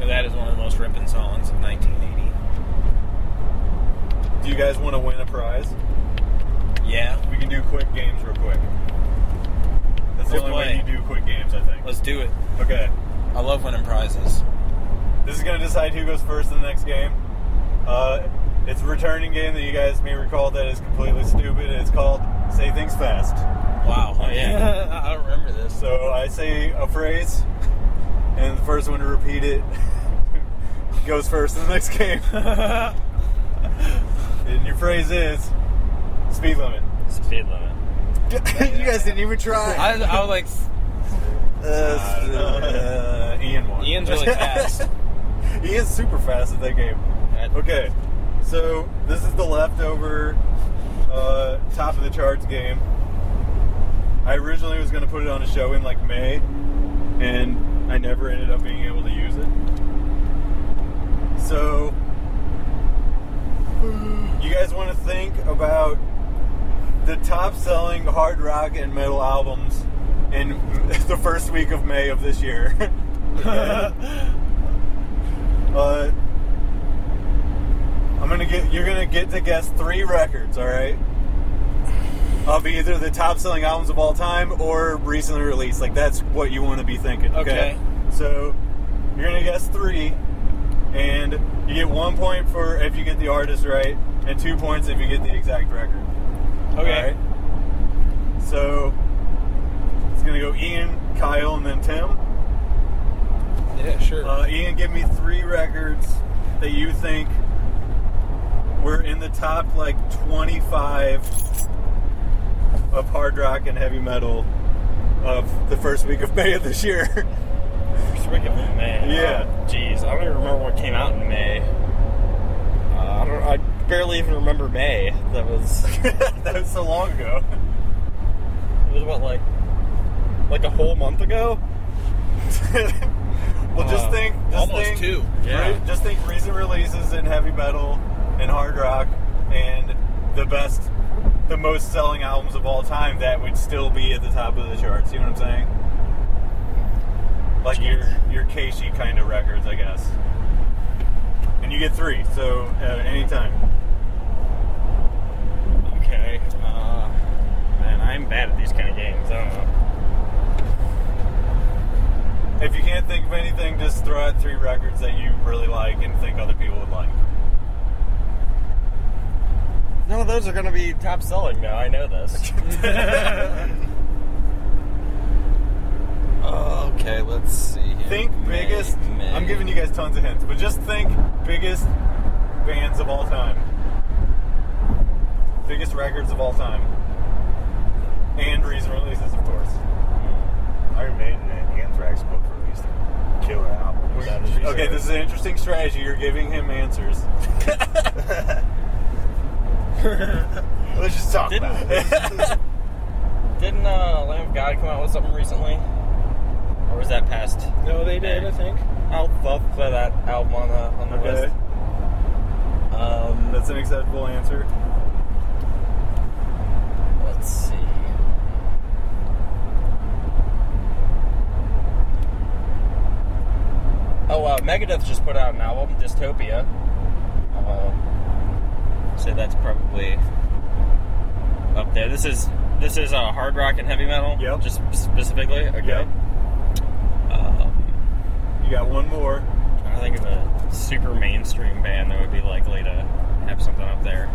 That is one of the most ripping songs of 1980.
Do you guys want to win a prize?
Yeah,
We can do quick games real quick. That's the
We'll
only way
play.
you do quick games, I think.
let's do it.
Okay.
I love winning prizes.
This is going to decide who goes first in the next game. Uh, it's a returning game that you guys may recall that is completely stupid. It's called Say Things Fast.
Wow. Yeah, I don't remember this.
So I say a phrase, and the first one to repeat it goes first in the next game. and your phrase is speed limit.
Speed limit.
you guys didn't even try.
I, I was like,
Uh, uh, Ian won.
Ian's really fast.
he is super fast at that game. Okay, so this is the leftover uh, top of the charts game. I originally was going to put it on a show in like May, and I never ended up being able to use it. So, you guys want to think about the top selling hard rock and metal albums in the first week of May of this year. uh, I'm gonna get you're gonna get to guess three records, all right? Of either the top selling albums of all time or recently released. Like that's what you want to be thinking. Okay.
Okay.
So you're gonna guess three, and you get one point for if you get the artist right, and two points if you get the exact record.
okay.
Alright. So it's gonna go Ian, Kyle, and then Tim.
Yeah, sure.
Uh, Ian, give me three records that you think were in the top like 25 of hard rock and heavy metal of the first week of May of this year.
Speaking of May.
Yeah.
uh, Jeez, I don't even remember what came out in May. Uh, I don't. I barely even remember May. That was.
that was so long ago.
It was what like, like a whole month ago.
well, just
Uh,
think. Just
almost
think,
two.
Yeah.
re- just think recent releases in heavy metal and hard rock and the best, the most selling albums of all time that would still be at the top of the charts. You know what I'm saying? Like your your Casey kind of records, I guess. And you get three, so uh, at any time.
Okay. Uh, man, I'm bad at these kind of games. I don't know.
If you can't think of anything, just throw out three records that you really like and think other people would like.
of those are going to be top selling now. I know this.
okay, let's see. Here.
Think
May,
biggest.
May.
I'm giving you guys tons of hints, but just think biggest bands of all time, biggest records of all time, and recent releases, of course.
Iron Maiden and Anthrax both released their killer albums. That is
Okay, this is an interesting strategy. You're giving him answers.
Let's just talk
Didn't-
about it.
Didn't uh, Lamb of God come out with something recently? Or was that past?
No, they did. I think.
I'll, I'll play that album on the on the
Okay,
list. Um,
that's an acceptable answer.
Let's see. Oh, uh, Megadeth just put out an album, Dystopia. Uh, so that's probably up there. This is this is uh, hard rock and heavy metal.
Yep.
Just specifically. Okay.
Yep.
Um,
You got one more.
trying to think of a super mainstream band that would be likely to have something up there.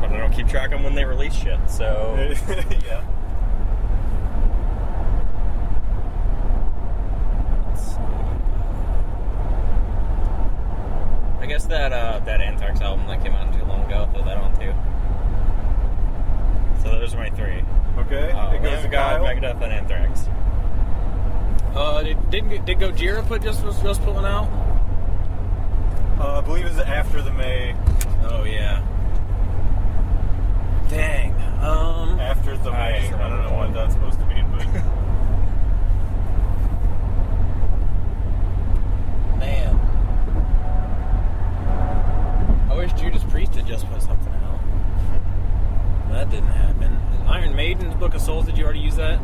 But I don't keep track of when they release shit, so
yeah.
I guess that uh, that Anthrax album that came out not too long ago, I'll throw that on too. So those are my three.
Okay.
Uh,
it goes
Lamb
to
of God,
Kyle.
Megadeth, and Anthrax.
Uh, did did, did Gojira put just was just pulling out?
Uh, I believe it's after the May,
Oh yeah. Dang. Um.
after the
I
May.
just
I don't
remembered
know what
one.
that's supposed to mean, but
Man. I wish Judas Priest had just put something out. That didn't happen. Iron Maiden's Book of Souls, did you already use that?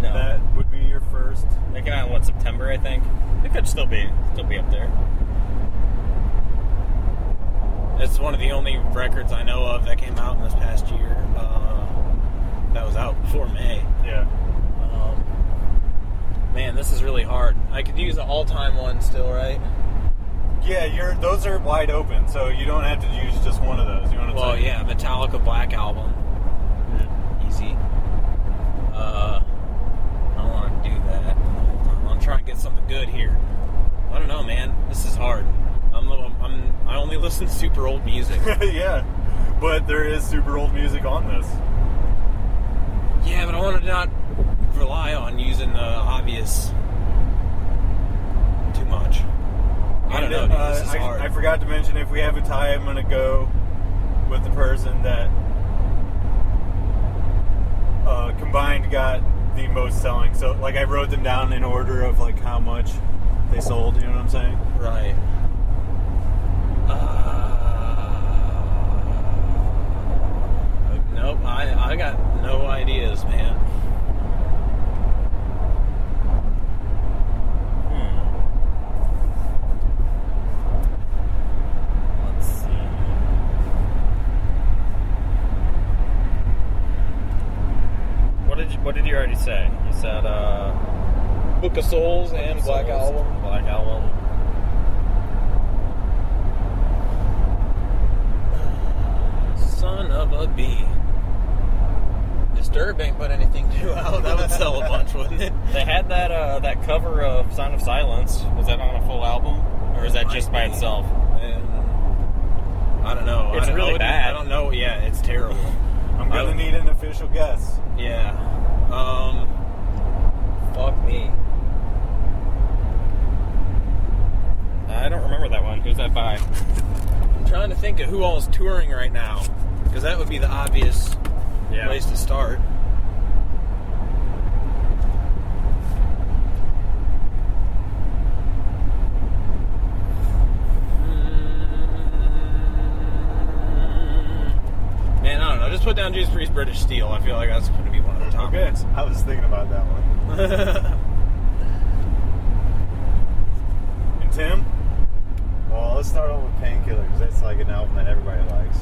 No,
that would be your first.
they came out in what September, I think. It could still be still be up there.
It's one of the only records I know of that came out in this past year. Uh, that was out before May.
Yeah.
Um, man, this is really hard. I could use the all-time one still, right?
Yeah, you're. Those are wide open, so you don't have to use just one of those. You want to?
Well, yeah, Metallica Black Album. Easy. Uh, I don't want to do that. I'm trying to get something good here. I don't know, man. This is hard. I'm, I'm I only listen to super old music.
yeah. But there is super old music on this.
yeah, but I want to not rely on using the obvious too much. I don't know.
And,
Dude,
uh,
this is
I,
hard.
I forgot to mention if we have a tie, I'm gonna go with the person that uh, combined got the most selling. So like I wrote them down in order of like how much they sold. You know what I'm saying?
Right. Uh, nope. I I got no ideas, man.
Hmm. Let's see. What did you, what did you already say? You said uh,
Book of Souls and Black
Souls,
Album.
Black album.
Son of a bee. Disturbed ain't put anything new out. That would sell a bunch, wouldn't it?
They had that uh, that cover of Sound of Silence. Was that on a full album, or is that just by
Might be.
itself?
And I don't know.
It's
I don't,
really
I would-
bad.
I don't know. Yeah, it's terrible.
I'm gonna
Oh.
need an official guess.
Yeah. Um. Fuck me.
I don't remember that one. Who's that by?
I'm trying to think of who all's touring right now, because that would be the obvious place to start. Mm. Man, I don't know. Just put down Judas Priest, British Steel. I feel like that's going to be one of the top
Okay.
ones.
I was thinking about that one.
And Tim,
Well, let's start off with Painkiller because that's like an album that everybody likes,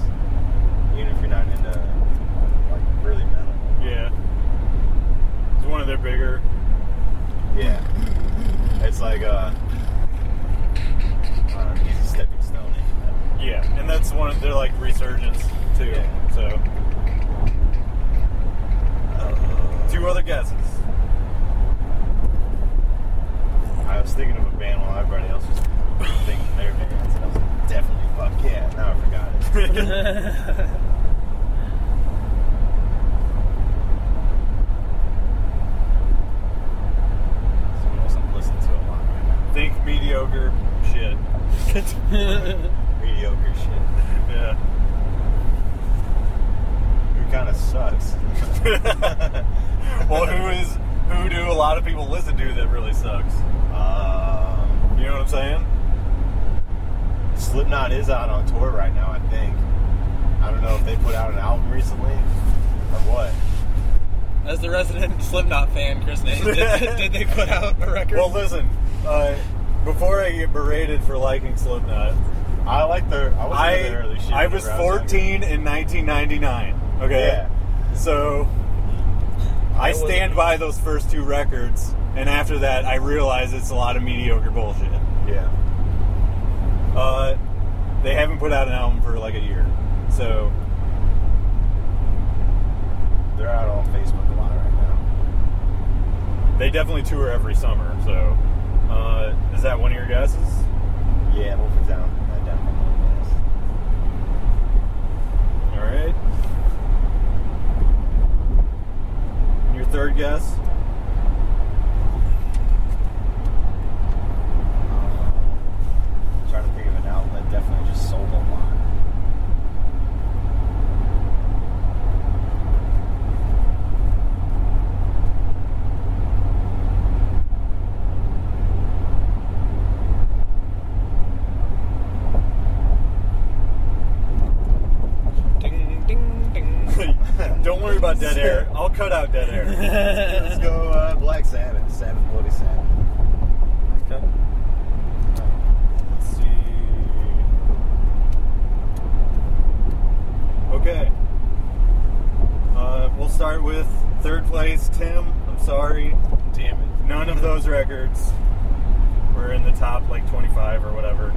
even if you're not into like really metal.
yeah, it's one of their bigger.
Yeah, it's like uh, I don't know, he's
Yeah, and that's one of they're like resurgence too.
Yeah.
So two other guesses.
I was thinking of a band while everybody else was thinking their bands, and I was like, definitely fuck yeah. Now I forgot it. Someone else I'm listening to a lot right
Think mediocre shit.
now. Mediocre shit.
Yeah.
Who kind of sucks.
well, who is who do a lot of people listen to that really sucks?
um,
You know what I'm saying?
Slipknot is out on tour right now, I think. I don't know if they put out an album recently or what.
As the resident Slipknot fan, Chris Nate, did, did they put out a record?
Well, listen. Uh, before I get berated for liking Slipknot,
I like their. I was into their
I
early shit.
I was
whenever like-
14 in 1999. Okay.
Yeah.
So I
That was-
stand by those first two records, and after that, I realize it's a lot of mediocre bullshit.
Yeah.
Uh, they haven't put out an album for like a year, so
They're out on Facebook a lot right now.
they definitely tour every summer. So uh, is that one of your guesses?
Yeah, we'll put down that down on
All right. Your third guess?
the list. Um, Trying to think of an album that definitely just sold a lot.
ding, ding, ding.
Don't worry about dead air. I'll cut out dead air.
Let's go uh, Black Sabbath, Sabbath Bloody Sabbath.
Okay.
Let's see. Okay. Uh, we'll start with third place, Tim. I'm sorry.
Damn it.
None of those records were in the top like 25 or whatever.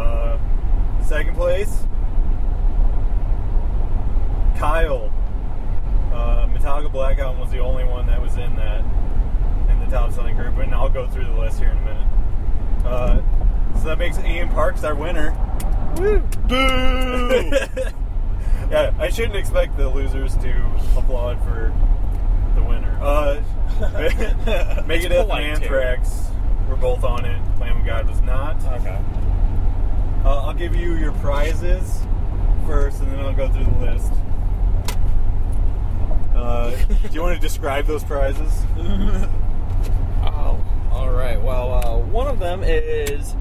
Uh, second place, Kyle. Uh, Metallica Black Album was the only one that was in that in the top selling group, and I'll go through the list here in a minute. Uh, so that makes Ian Parks our winner. Woo! Boo! yeah, I shouldn't expect the losers to applaud for the winner. Uh, Megadeth and
polite, too.
Anthrax were both on it. Lamb of God was not.
Okay.
Uh, I'll give you your prizes first, and then I'll go through the list. Uh, do you want to describe those prizes?
Oh, all right. Well, uh, one of them is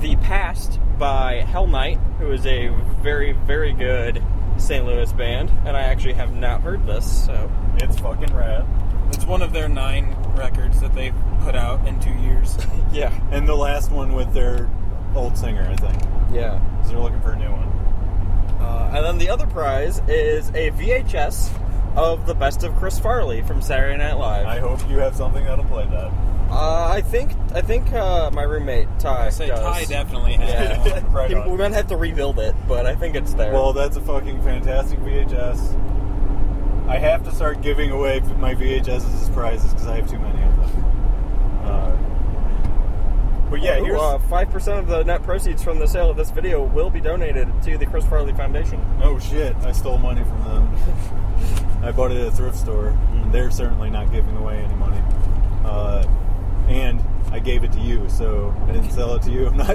The Past by Hell Knight, who is a very, very good St. Louis band, and I actually have not heard this, so.
It's fucking rad.
It's one of their nine records that they put out in two years.
Yeah.
And the last one with their old singer, I think,
Yeah.
'cause they're looking for a new one.
Uh, and then the other prize is a VHS of the best of Chris Farley from Saturday Night Live.
I hope you have something that'll play that.
uh, I think I think uh, my roommate Ty
I say
does.
Ty definitely has
Yeah.
one.
right
He-
on.
we might have to rebuild it, but I think it's there.
Well, that's a fucking fantastic VHS. I have to start giving away my VHSs as prizes because I have too many of them. Uh, but yeah, here's
uh, five percent of the net proceeds from the sale of this video will be donated to the Chris Farley Foundation.
oh shit, I stole money from them. I bought it at a thrift store. And they're certainly not giving away any money. Uh, and I gave it to you, so I didn't sell it to you. I'm not.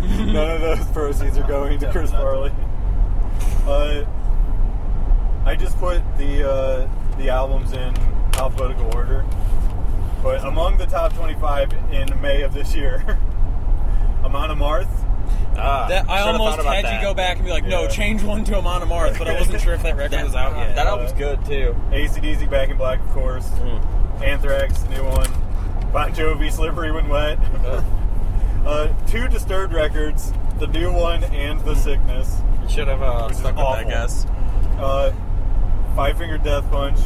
none of those proceeds are going to Chris Farley. Uh, I just put the uh, the albums in alphabetical order, but among the top 25 in May of this year, Amon Amarth.
Ah,
That, I
should've
almost
thought about
had
that.
you go back and be like,
Yeah.
no, change one to Amon Amarth, but I wasn't sure if that record
That,
was out yet.
that album's good too.
ACDC Back in Black, of course.
Mm.
Anthrax, the new one. Bon Jovi, Slippery When Wet. Uh, two Disturbed records, the new one and
Mm.
The Sickness.
You should have uh,
Which is
stuck with that
awful.
guess.
Uh, Five Finger Death Punch.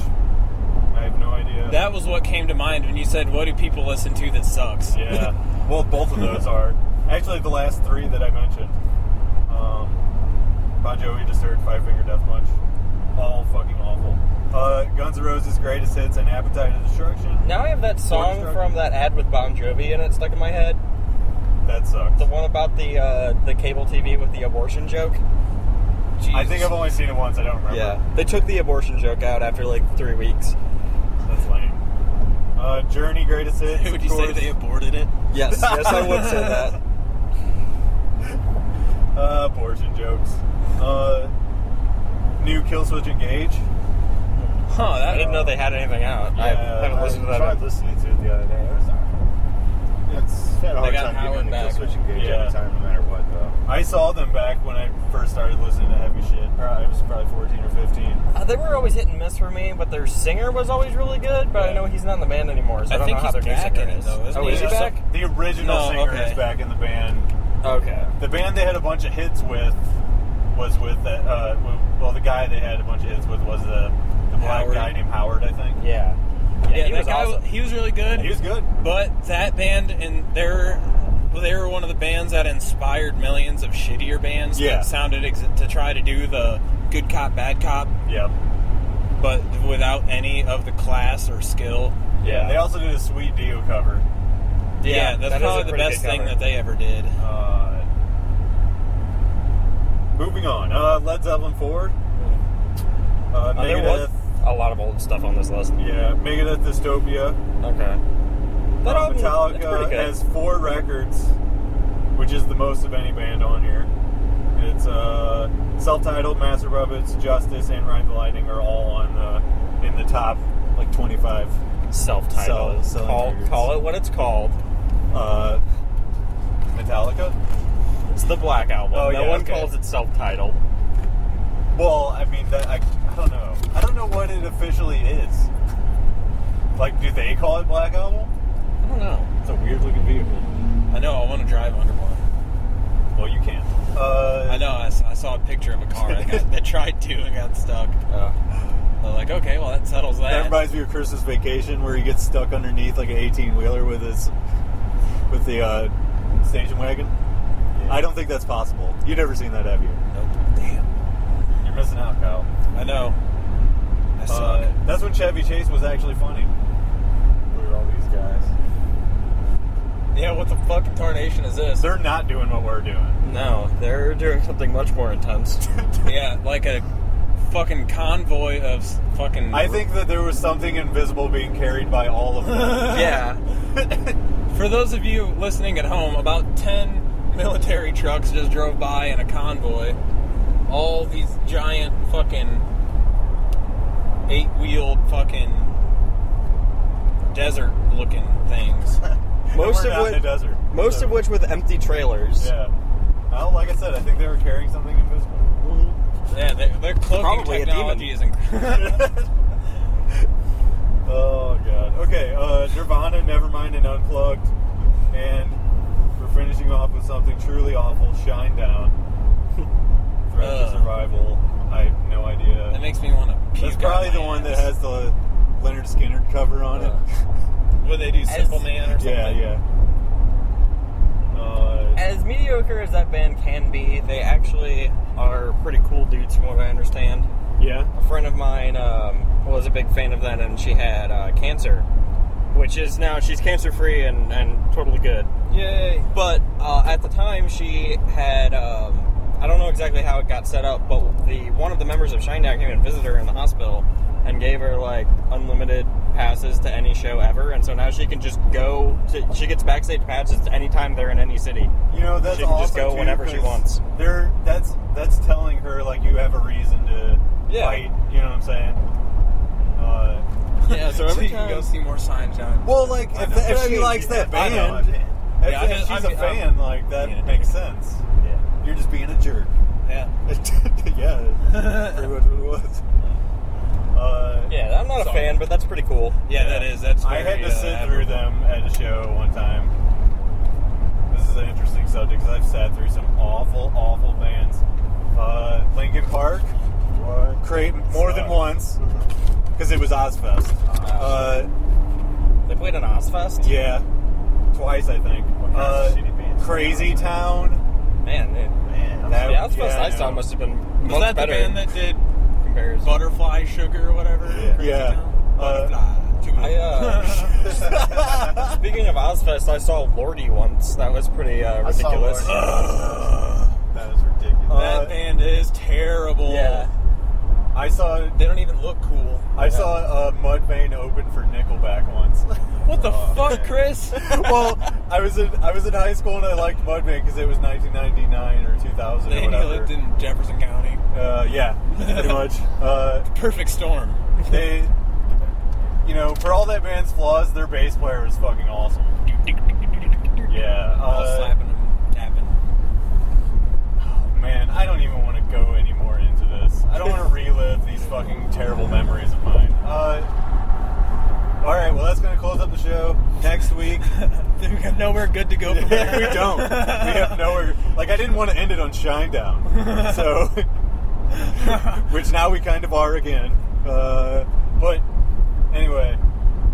I have no idea.
That was what came to mind when you said, "What do people listen to that sucks?"
yeah. well, both of those are. Actually, the last three that I mentioned. Um, Bon Jovi, Disturbed, Five Finger Death Punch. All fucking awful. Uh, Guns N' Roses' greatest hits and Appetite of Destruction.
Now I have that song
Orchestra.
from that ad with Bon Jovi in it stuck in my head.
That sucks.
The one about the uh, the cable TV with the abortion joke.
I think I've only seen it once. I don't remember.
they took the abortion joke out after like three weeks.
That's lame. Uh, Journey greatest hits.
Would you
of
say
course.
they aborted it?
Yes, yes, I would say that.
Uh, abortion jokes. Uh, new Killswitch Engage.
Huh, that,
I didn't know they had anything out. I
Yeah,
haven't listened to that.
tried
in-
listening to it the other day. It was alright. It's had a hard
got
time getting
Howard
into
back.
Killswitch Engage
Yeah.
every time, no matter what, though.
I saw them back when I first started listening to heavy shit. Probably, I was probably 14 or 15.
Uh, they were always hit and miss for me, but their singer was always really good. But I know he's not in the band anymore, so I,
I
don't
think
know how
he's
their new
back
singer
in it,
is.
though, isn't
oh,
he?
is he
Yeah, so-
back?
The original
No,
singer
okay.
is back in the band.
Okay.
The band they had a bunch of hits with was with that. Uh, w- well, the guy they had a bunch of hits with was the, the black
Howard.
guy named Howard, I think.
Yeah.
yeah,
he
that
was
guy,
awesome.
he was really good.
He was good.
But that band and their well, they were one of the bands that inspired millions of shittier bands
Yeah.
that sounded ex- to try to do the good cop bad cop,
Yep.
but without any of the class or skill.
Yeah. They also did a sweet Dio cover.
Yeah,
Yeah,
that's
that is a
probably the
pretty
best
good
thing
cover.
that they ever did.
Uh, moving on. Uh, Led Zeppelin 4. Uh,
Uh, there was
Megadeth.
a lot of old stuff on this list.
Yeah, Megadeth Dystopia.
Okay. That
Uh,
album, it's pretty
Metallica
good.
has four records, which is the most of any band on here. It's uh, self-titled, Master Puppets, Justice, and Ride the Lightning are all on the in the top like 25.
self-titled.
Sell- selling
call,
records.
call it what it's called.
Uh, Metallica.
It's the Black Album.
Oh,
no
yeah,
one
okay.
calls it self-titled.
Well, I mean, that, I, I don't know. I don't know what it officially is. Like, do they call it Black Album?
I don't know.
It's a weird looking vehicle.
I know I want to drive under one.
Well, you can't. Uh,
I know. I saw, I saw a picture of a car that, got, that tried to and got stuck. They're like, okay, well that settles that.
That reminds me of Christmas Vacation, where he gets stuck underneath like an eighteen wheeler with his with the uh, station wagon. I don't think that's possible. You've never seen that, have you?
Nope. Damn.
You're missing out, Kyle.
I know. I suck.
Uh, that's when Chevy Chase was actually funny.
We were all these guys.
yeah, what the fuck tarnation is this?
They're not doing what we're doing.
No, they're doing something much more intense.
Yeah, like a fucking convoy of s- fucking.
I think that there was something invisible being carried by all of them.
yeah.
For those of you listening at home, about 10 military trucks just drove by in a convoy. All these giant fucking eight wheeled fucking desert looking things.
And
Most
we're
of
not
what-
in the desert.
Most
So,
of which with empty trailers.
Yeah. Well, like I said, I think they were carrying something invisible.
Yeah, their, their cloaking
Probably a
technology is incredible.
Oh god. Okay, uh, Nirvana, Nevermind, and Unplugged, and we're finishing off with something truly awful: Shine Down. Threat
Ugh.
to Survival. I have no idea.
That makes me want to puke.
That's
out
probably
my
the one that
ass.
has the Leonard Skinner cover on it.
Where they do Simple Man or something.
yeah, yeah. Uh,
As mediocre as that band can be, they actually are pretty cool dudes from what I understand.
yeah.
A friend of mine um, was a big fan of that and she had uh, cancer, which is now she's cancer free and, and totally good.
Yay.
But uh, at the time, she had. Um, I don't know exactly how it got set up, but the one of the members of Shinedown came and visited her in the hospital and gave her like unlimited passes to any show ever, and so now she can just go. To, she gets backstage passes anytime they're in any city.
You know that's
She can
also
just go
too,
whenever she
'cause
wants.
They're that's that's telling her like you have a reason to
Yeah.
fight. You know what I'm saying? Uh,
Yeah, so every
you can
time
go
go see more signs down.
Well, like
I
if,
know.
if
I
she
mean,
likes that
I
band,
know, I mean,
if,
yeah, I
if
just-
she's
I
a
mean,
fan, like that
yeah.
makes sense.
Yeah.
You're just being a jerk.
Yeah.
yeah, that's pretty much what it was. Uh,
Yeah, I'm not a
So-
fan, but that's pretty cool.
Yeah, that is. That's.
I had
very,
to sit
uh,
through them at a show one time. This is an interesting subject because I've sat through some awful, awful bands. Uh, Lincoln Park,
What?
Creighton, more than once
Sucks.
because it was Ozfest. Uh,
They played an Ozfest.
yeah, twice I think.
What kind of
Uh,
shitty bands?
Crazy Town.
Man, dude.
Man, I'm
That-
Yeah, that's yeah,
Yeah.
I saw must have been much
Was that
better.
the band that did
comparison.
Butterfly Sugar or whatever?
Yeah.
Crazy
Yeah.
Town?
Uh,
Butterfly Sugar.
I, uh, Speaking of Ozfest, I saw Lordy once. That was pretty uh,
I saw
ridiculous.
Lordy. that is ridiculous.
Uh,
that band is terrible.
yeah,
I saw
They don't even look cool.
I saw uh, Mudvayne open for Nickelback once.
What the
Uh,
fuck, Chris?
well, I was in I was in high school and I liked Mudvayne because it was 1999 or 2000
They
or whatever.
lived in Jefferson County.
uh, yeah, pretty much. Uh,
Perfect storm.
they, you know, for all that band's flaws, their bass player was fucking awesome. Yeah.
All
Uh,
slapping and tapping.
oh, man, I don't even want to go any more into this. I don't want to relive these fucking terrible memories of mine. Uh, all right, well, that's going to close up the show. Next week,
we have nowhere good to go
we
from there.
don't. We have nowhere. Like, I didn't want to end it on Shinedown. So, which now we kind of are again. Uh, but anyway,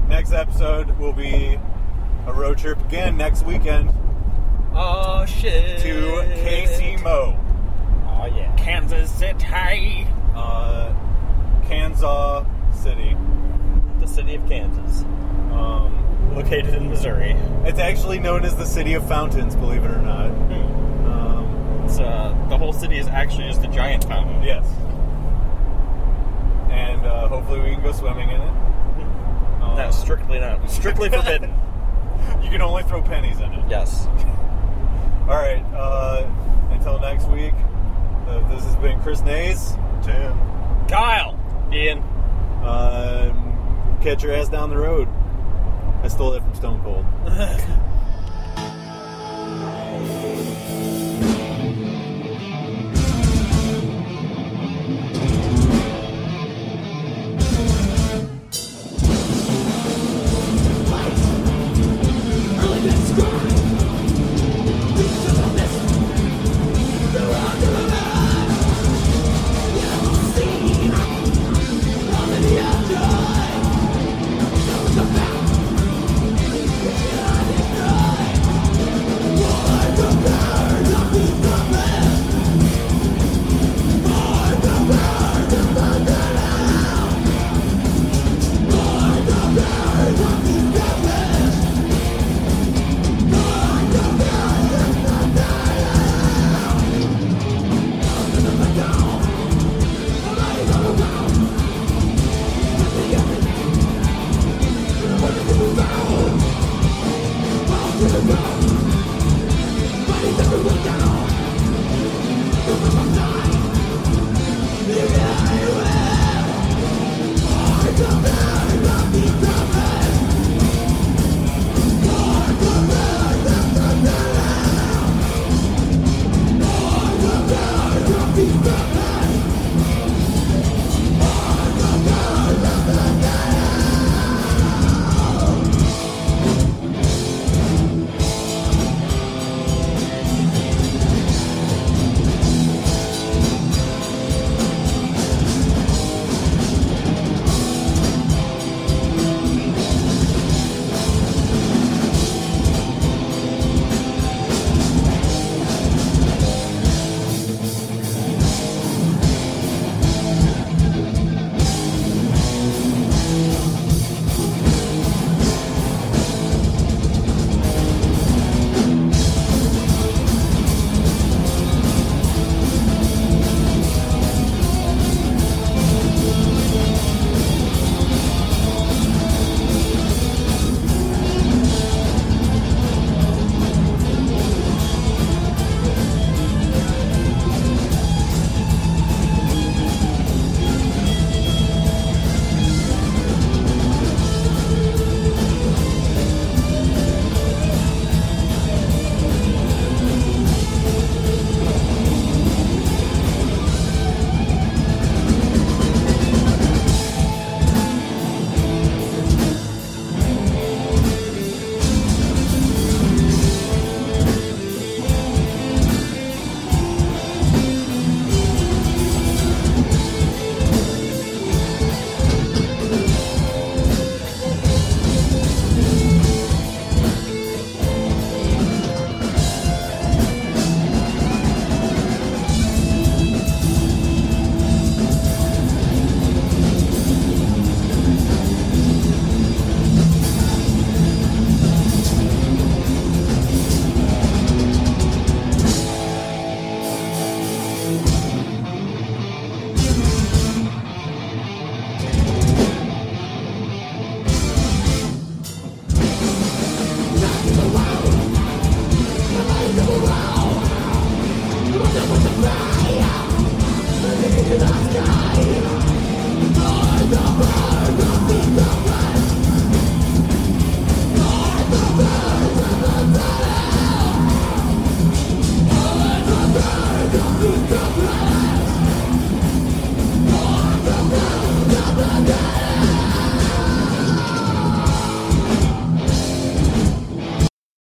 next episode will be a road trip again next weekend
Oh shit.
to KC Mo.
oh yeah.
Kansas City.
uh, Kansas City.
The city of Kansas,
Um,
located in Missouri.
it's actually known as the city of fountains, believe it or not. Um,
It's uh, the whole city is actually just a giant fountain.
yes. And uh, hopefully we can go swimming in it. Um,
No, strictly not. Strictly forbidden.
You can only throw pennies in it.
yes.
All right. Uh, until next week, uh, this has been Chris Nays.
Damn.
Kyle.
Ian.
Um, catch your ass down the road. I stole it from Stone Cold.